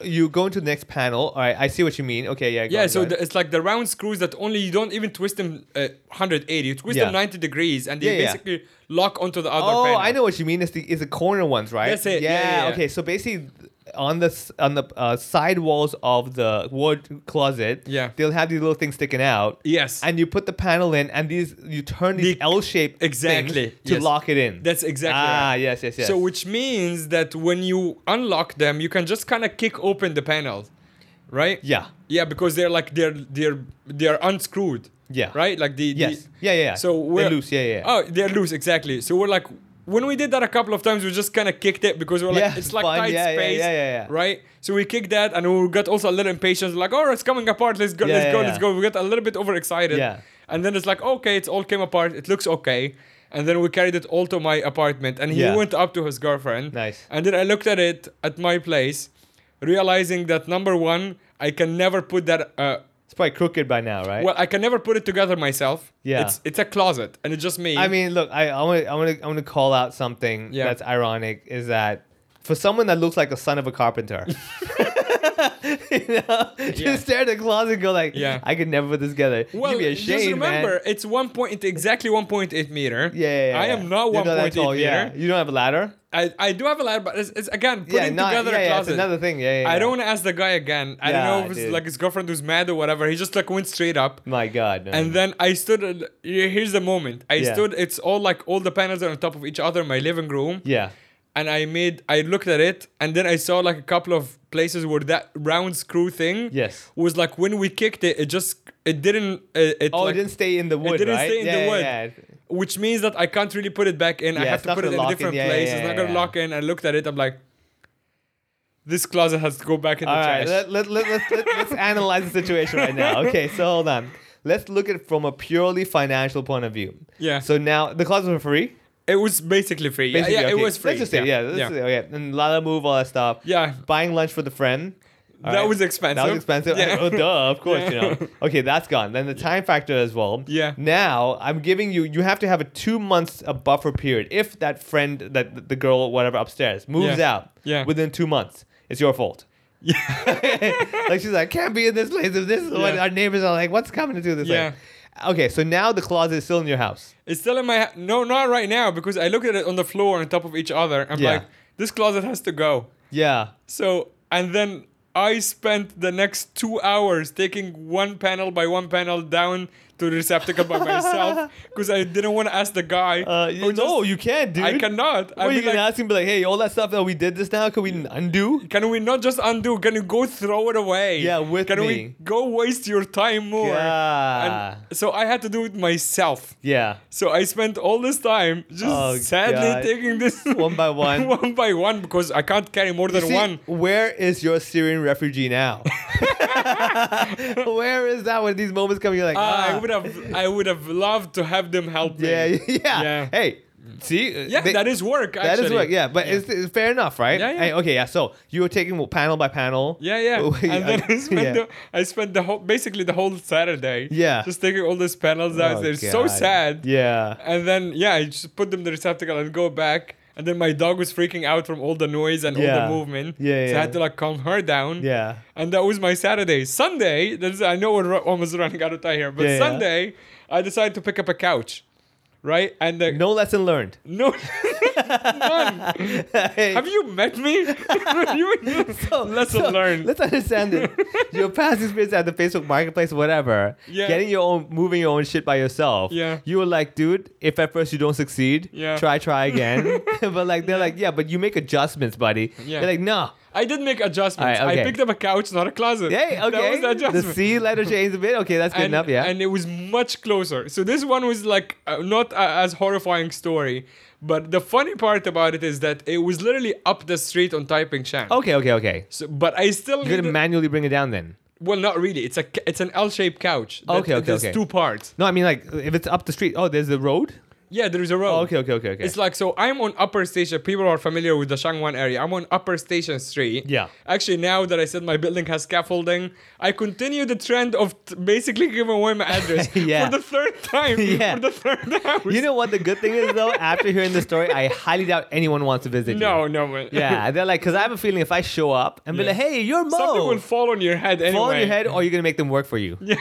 you go into the next panel? All right, I see what you mean. Okay, yeah. go Yeah, on, so go on. the, it's like the round screws that only you don't even twist them uh, 180. You twist Yeah. them 90 degrees and they Yeah, yeah. basically lock onto the other oh, panel. I know what you mean. It's the it's the corner ones, right? That's it. Yeah, yeah, yeah. Okay. So basically, on the s- on the uh, side walls of the ward closet, Yeah. they'll have these little things sticking out. Yes. And you put the panel in, and these you turn these The- L shaped exactly, to yes. lock it in. That's exactly ah right. yes yes yes. So which means that when you unlock them, you can just kind of kick open the panels, right? yeah. Yeah, because they're like they're they're they're unscrewed. Yeah. Right? Like the Yes. the- Yeah, yeah, yeah. So They're we're loose, yeah, yeah, yeah. Oh, they're loose exactly. So we're like when we did that a couple of times, we just kind of kicked it because we're like Yeah, it's like fun, tight yeah, yeah, space, yeah, yeah, yeah. right? So we kicked that and we got also a little impatient, like oh it's coming apart, let's go, Yeah, let's yeah, go, yeah. let's go. We got a little bit overexcited, Yeah. And then it's like okay, it's all came apart, it looks okay. And then we carried it all to my apartment, and he Yeah. went up to his girlfriend. Nice. And then I looked at it at my place, realizing that number one, I can never put that. Uh, It's probably crooked by now, right? well, I can never put it together myself. Yeah. It's it's a closet, and it's just me. I mean, look, I I want to I want to I want to call out something Yeah. that's ironic is that for someone that looks like a son of a carpenter. you know? Just stare at the closet and go like, Yeah. I could never put this together. Well, You'd be ashamed, just remember, man. it's one point, it's exactly one point eight meter. Yeah, yeah, yeah, I yeah. am not You're one that point eight tall, meter. Yeah. You don't have a ladder? I, I do have a ladder, but it's, it's again putting yeah, not, together yeah, a yeah, closet. that's another thing. Yeah, yeah, I yeah. don't want to ask the guy again. I Yeah, don't know if dude. it's like his girlfriend was mad or whatever. He just like went straight up. My God. no. And then I stood. uh, Here's the moment. I Yeah. stood. It's all like all the panels are on top of each other in my living room. yeah. And I made. I looked at it, and then I saw like a couple of places where that round screw thing. Yes. Was like when we kicked it, it just it didn't. It, it Oh, like- it didn't stay in the wood, it didn't right? stay in yeah, the wood, yeah, yeah. which means that I can't really put it back in. I Yeah, have it's to not put it gonna in a lock in. different Yeah, yeah, place. yeah, it's not gonna yeah. lock in. I looked at it. I'm like, this closet has to go back in the All right, trash. let, let, let, let's, let, let's analyze the situation right now. Okay, so hold on. Let's look at it from a purely financial point of view. Yeah. So now the closets were free. it was basically free. Yeah, Basically, yeah, it okay. was free. Let's just say, yeah, let's say, okay. And Lala move, all that stuff. Yeah. Buying lunch for the friend. All That was expensive. That was expensive. Yeah. Oh, duh, of course, you know. Okay, that's gone. Then the time factor as well. Yeah. Now I'm giving you. You have to have a two months a buffer period. If that friend, that the girl, whatever upstairs, moves Yeah. out, Yeah. within two months, it's your fault. like she's like, can't be in this place if this is what Yeah. our neighbors are like. What's coming to do this? Yeah. Like, okay, so now the closet is still in your house. It's still in my ha- no, not right now because I look at it on the floor on top of each other. I'm Yeah. like, this closet has to go. Yeah. So and then I spent the next two hours taking one panel by one panel down to the receptacle by myself because I didn't want to ask the guy. Uh, who you, Oh, just- no, you can't, dude. I cannot. What I are you mean, gonna like, ask him? Be like, hey, all that stuff that we did this now, can we undo? can we not just undo? Can you go throw it away? Yeah, with Can me. we go waste your time more? Yeah. And so I had to do it myself. Yeah. So I spent all this time just Oh, sadly God. taking this One by one. one by one, because I can't carry more than You see, one. Where is your Syrian refugee now? where is that when these moments come? You're like, ah, I would have, I would have loved to have them help me. yeah, yeah, Yeah. Hey, see, uh, Yeah, that is work. That is actually. work, yeah, but It's, it's fair enough, right? Yeah, yeah. Hey, okay, yeah. So you were taking panel by panel. Yeah, yeah. and then I spent, yeah. the, I spent the whole, basically the whole Saturday. Yeah. Just taking all these panels out. Oh, They're so God. sad. Yeah. And then yeah, I just put them in the receptacle and go back. And then my dog was freaking out from all the noise and all Yeah. the movement. Yeah, So I yeah. had to like calm her down. Yeah. And that was my Saturday. Sunday, that's, I know we're ru- almost running out of time here, but Yeah, yeah. Sunday, I decided to pick up a couch, right? And the, No lesson learned. no, none. Have you met me? You- lesson So, learned. Let's understand it. Your past experience at the Facebook Marketplace, whatever. Yeah. Getting your own, moving your own shit by yourself. Yeah. You were like, dude, if at first you don't succeed, Yeah. try, try again. but like, they're like, yeah, but you make adjustments, buddy. Yeah. They're like, no. I did make adjustments. All right, okay. I picked up a couch, not a closet. Hey, That okay. was the adjustment. the C letter changed a bit. Okay, that's good and, enough. Yeah. and it was much closer. So this one was like uh, not a, as horrifying story, but the funny part about it is that it was literally up the street on Taiping Shan. okay, okay, okay. So, but I still You're gonna needed- manually bring it down then. well, not really. It's a ca- it's an L-shaped couch. that- Okay, okay, There's okay. two parts. No, I mean like if it's up the street. Oh, there's the road. Yeah, there is a row. Oh, okay, okay, okay, okay. It's like so. I'm on Upper Station. People are familiar with the Shangwan area. I'm on Upper Station Street. Yeah. Actually, now that I said my building has scaffolding, I continue the trend of t- basically giving away my address Yeah. for the third time. Yeah. For the third house. you know what the good thing is though. After hearing the story, I highly doubt anyone wants to visit. you. No, no man. Yeah, they're like, because I have a feeling if I show up and be Yeah. like, hey, you're Mo, Something will fall on your head anyway. fall on your head, or you're gonna make them work for you. Yeah,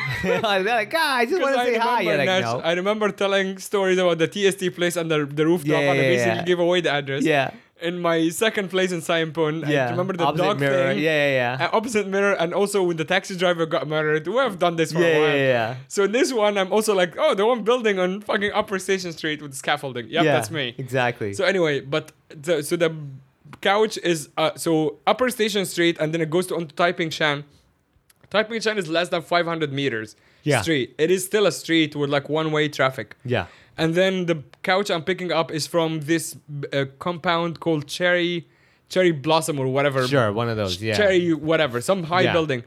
they're like, ah, I just 'Cause want to I say hi. remember You're like, Nash- no. I remember telling stories about the TST place under the rooftop, Yeah, and I yeah, basically yeah. gave away the address. Yeah. In my second place in Saimpon, yeah, I remember the opposite dog mirror. thing. Yeah, yeah, yeah. Uh, opposite mirror, and also when the taxi driver got murdered, we have done this for Yeah, a while. yeah, yeah. So in this one, I'm also like, oh, the one building on fucking Upper Station Street with scaffolding. Yep, yeah, that's me. Exactly. So anyway, but the, so the couch is uh, so Upper Station Street, and then it goes to onto Taiping Shan. Taiping Shan is less than 500 meters. Yeah. Street. It is still a street with like one-way traffic. yeah. And then the couch I'm picking up is from this uh, compound called Cherry, Cherry Blossom or whatever Sure, one of those. Yeah. cherry whatever some high Yeah. building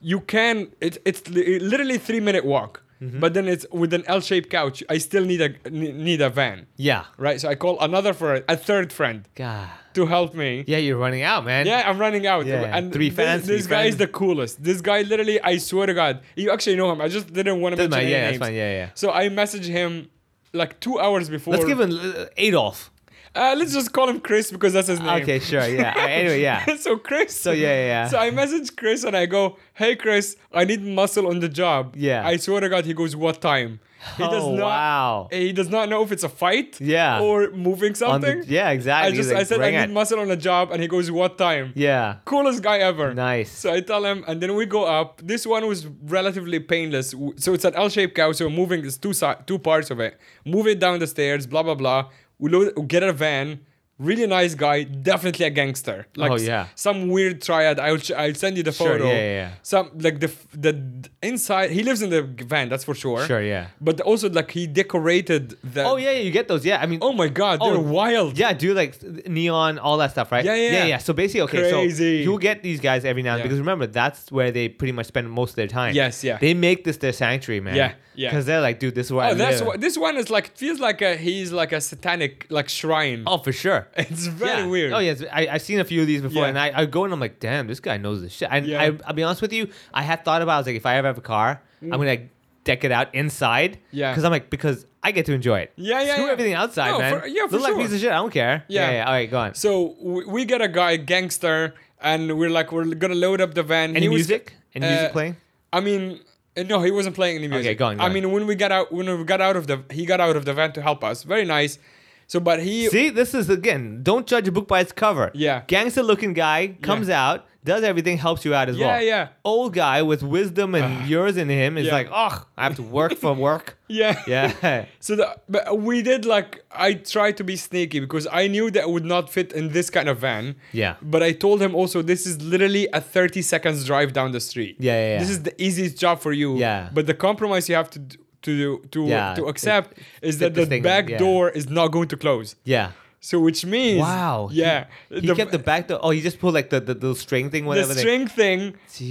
you can it, it's li- literally three minute walk Mm-hmm. but then it's with an l-shaped couch i still need a n- need a van Yeah. right so i call another friend a third friend God. to help me yeah, Yeah, you're running out, man. i'm running out Yeah, and three thi- fancy this, guy is friends. the coolest this guy literally i swear to god you actually know him i just didn't want to Doesn't mention any matter. Yeah, that's names. fine. Yeah, yeah. so i messaged him like two hours before Let's give him uh, Adolf. Uh, let's just call him Chris because that's his name. Okay, sure, yeah. Uh, anyway, yeah. so Chris. So yeah, yeah, yeah. So I message Chris and I go, "Hey Chris, I need muscle on the job." Yeah. I swear to God, he goes, "What time?" He does Oh, not. wow. He does not know if it's a fight. Yeah. Or moving On something. the, yeah, I exactly. just Like, I said I bring need it. muscle on the job, and he goes, "What time?" Yeah. Coolest guy ever. Nice. So I tell him, and then we go up. This one was relatively painless. W- So it's an L-shaped couch. So moving is two si- two parts of it. Move it down the stairs. Blah blah blah. We load, we get a van. Really nice guy. Definitely a gangster. Like Oh, s- yeah. Some weird triad. I'll sh- I'll send you the Sure, photo. yeah, yeah, yeah. Some like the f- the d- inside. He lives in the g- van. That's for sure. Sure, yeah. But also like he decorated the. Oh yeah, yeah, you get those. Yeah, I mean, Oh my God, they're wild. Yeah, dude, like th- neon, all that stuff, right? Yeah, yeah, yeah. yeah. So basically, okay, Crazy. so you get these guys every now and Yeah. because remember that's where they pretty much spend most of their time. Yes, yeah. They make this their sanctuary, man. Yeah, yeah. Because they're like, dude, this is where I Oh, that's live. what this one is like. Feels like a, he's like a satanic like shrine. Oh, for sure. It's very Yeah. weird. Oh yeah, it's- I, I've seen a few of these before, Yeah. and I, I go and I'm like, damn, this guy knows this shit. And Yeah. I, I'll be honest with you, I had thought about, I was like, if I ever have a car, I'm gonna like, deck it out inside. Mm. Yeah. Because I'm like, because I get to enjoy it. Yeah, yeah, Screw yeah. everything outside, No, man. for- yeah, for Look like sure. piece of shit. I don't care. Yeah. yeah. All right, go on. So we, we get a guy, gangster, and we're like, we're gonna load up the van. Any He was- music? Any music uh, playing? I mean, uh, no, he wasn't playing any music. go on, go I on. mean, when we got out, when we got out of the, he got out of the van to help us. Very nice. So, but he, See, this is again, don't judge a book by its cover. Yeah. Gangster looking guy comes out, does everything, helps you out as Yeah, well. yeah. Old guy with wisdom and years in him is Yeah. like, oh, I have to work for work. yeah, Yeah. So the, but we did like I tried to be sneaky because I knew that would not fit in this kind of van. Yeah. But I told him also this is literally a 30 seconds drive down the street. Yeah, yeah, yeah. This is the easiest job for you. Yeah. But the compromise you have to d- to do- to Yeah, to it- accept is fit that this the thing in, back yeah. door is not going to close. Yeah. So which means Wow. He- Yeah. He, kept the back door. Oh, he just pulled like the, the, the little string thing, the whatever. they- string thing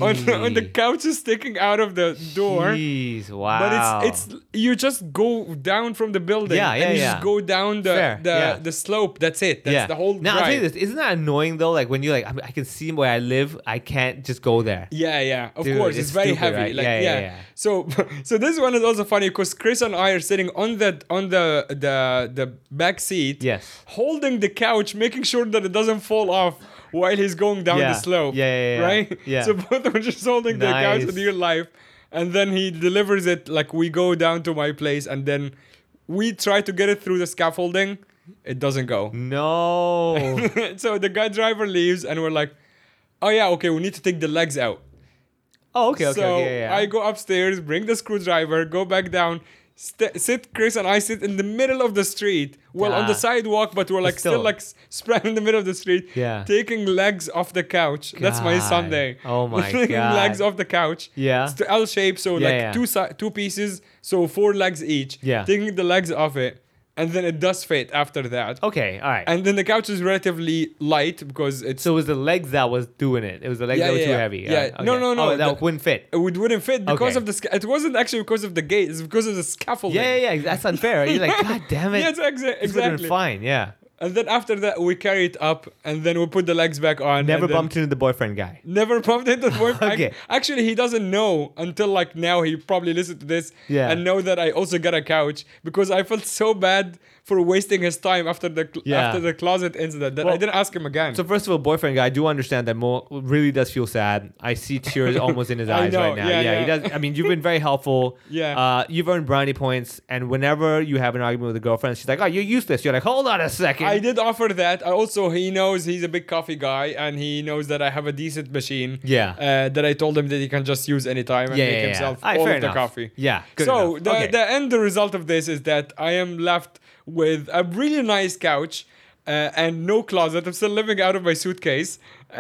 on, on the Gee. couch is sticking out of the door. Jeez, wow. But it's it's you just go down from the building. Yeah, yeah, and you yeah. just go down the Fair, the, yeah. the slope. That's it. That's the whole Now I'll tell you drive. this. Isn't that annoying though? Like when you like, I, mean, I can see where I live. I can't just go there. Yeah, yeah. Of Dude, course, it's, it's very stupid, heavy. right? Like Yeah, yeah, yeah, yeah. So so this one is also funny because Chris and I are sitting on the on the the the back seat. Yes. Holding the couch, making sure that it doesn't fall off while he's going down Yeah. the slope. Yeah, yeah, yeah. Right? Yeah. So both of us just holding the couch Nice. with your life. And then he delivers it like we go down to my place and then we try to get it through the scaffolding. It doesn't go. No. Oh, so the guy driver leaves and we're like, Oh yeah, okay, we need to take the legs out oh, okay, okay, so okay. Yeah, yeah. I go upstairs, bring the screwdriver, go back down, st- sit Chris and I sit in the middle of the street. Well, on the Ah. sidewalk, but we're like still, still. like s- spread in the middle of the street. Yeah. Taking legs off the couch. That's my God. Sunday. Oh my taking God. legs off the couch. Yeah. It's the L shape, so Yeah, like yeah. two si- two pieces, so four legs each. Yeah. Taking the legs off it, and then it does fit after that. Okay, all right. And then the couch is relatively light because it's so it was the legs that was doing it. It was the legs Yeah, that were yeah, too yeah. heavy. Yeah. Alright, No, okay. no, no, Oh, that the- wouldn't fit. it would, wouldn't fit because Okay. of the sca- it wasn't actually because of the gate it's because of the scaffolding Yeah, yeah, yeah. That's unfair. Right? You're like, God damn it. Yeah, it's exa- This would've been exactly. fine. Yeah. and then after that we carry it up and then we put the legs back on Never and then- bumped into the boyfriend guy. never bumped into the boy Okay. actually he doesn't know until like now he probably listened to this Yeah. and know that i also got a couch because i felt so bad for wasting his time after the cl- Yeah. after the closet incident that Well, i didn't ask him again So first of all, boyfriend guy, I do understand that Mo really does feel sad. I see tears almost in his I eyes know, right now. yeah, he yeah. does. I mean, you've been very helpful. Yeah. Uh, you've earned brownie points, and whenever you have an argument with a girlfriend, she's like, "Oh, you're useless." You're like, "Hold on a second. I did offer that. I also, he knows he's a big coffee guy, and he knows that I have a decent machine. Yeah. Uh, that I told him that he can just use anytime and Yeah, make yeah, yeah. himself Alright, all fair of the enough. coffee. Yeah, good so enough. the Okay. the end the result of this is that I am left with a really nice couch. Uh, and no closet. I'm still living out of my suitcase,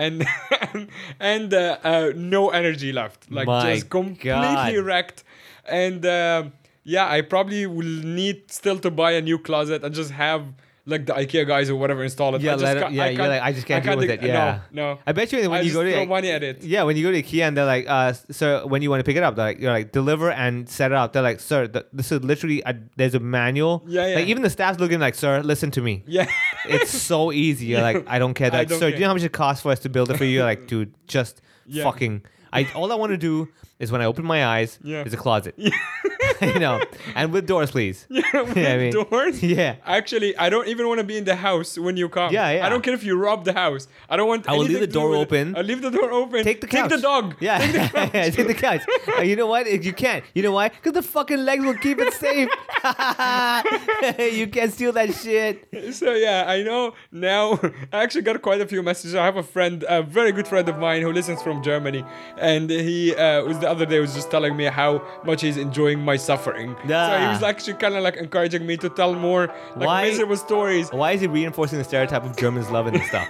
and and uh, uh, no energy left. Like My just completely God. wrecked. And um yeah, I probably will need still to buy a new closet and just have like the IKEA guys or whatever install it. I Yeah, just let it- can't- yeah, I you're can't- like I just can't, I deal with think- it. Yeah, no, no. I bet you when I you just go to throw money at it. Yeah, when you go to IKEA and they're like, uh, s- "Sir, when you want to pick it up?" They're like, "You're like deliver and set it up." They're like, "Sir, th- this is literally a, there's a manual." Yeah, yeah. Like even the staff's looking like, "Sir, listen to me." Yeah, It's so easy. You're like, I don't care. They're I Like, don't sir, do you care." know how much it costs for us to build it for you? You're like, dude, just Yeah. fucking. I all I want to do is when I open my eyes Yeah. is a closet. you know, and with doors, please. Yeah, I mean, doors. yeah. Actually, I don't even want to be in the house when you come. Yeah, yeah. I don't care if you rob the house. I don't want. I will leave anything the to do door with it. open. I'll leave the door open. Take the couch. Take the dog. Yeah, Take the couch. Yeah, take the couch. Uh, you know what? If You can't. You know why? Because the fucking legs will keep it safe. you can't steal that shit. So yeah, I know now. I actually got quite a few messages. I have a friend, a very good friend of mine, who listens from Germany, and he uh, was the other day was just telling me how much he's enjoying my suffering. So he Yeah. was actually kind of like encouraging me to tell more like Why- miserable stories. Why is he reinforcing the stereotype of Germans loving this stuff?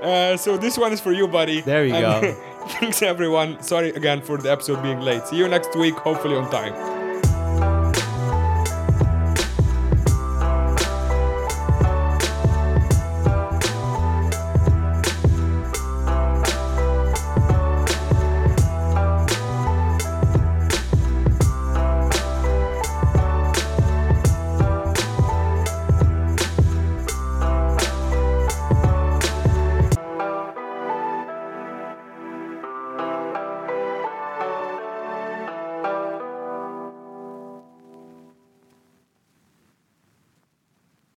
Uh, so this one is for you, buddy. There you And go. thanks everyone. Sorry again for the episode being late. See you next week, hopefully on time.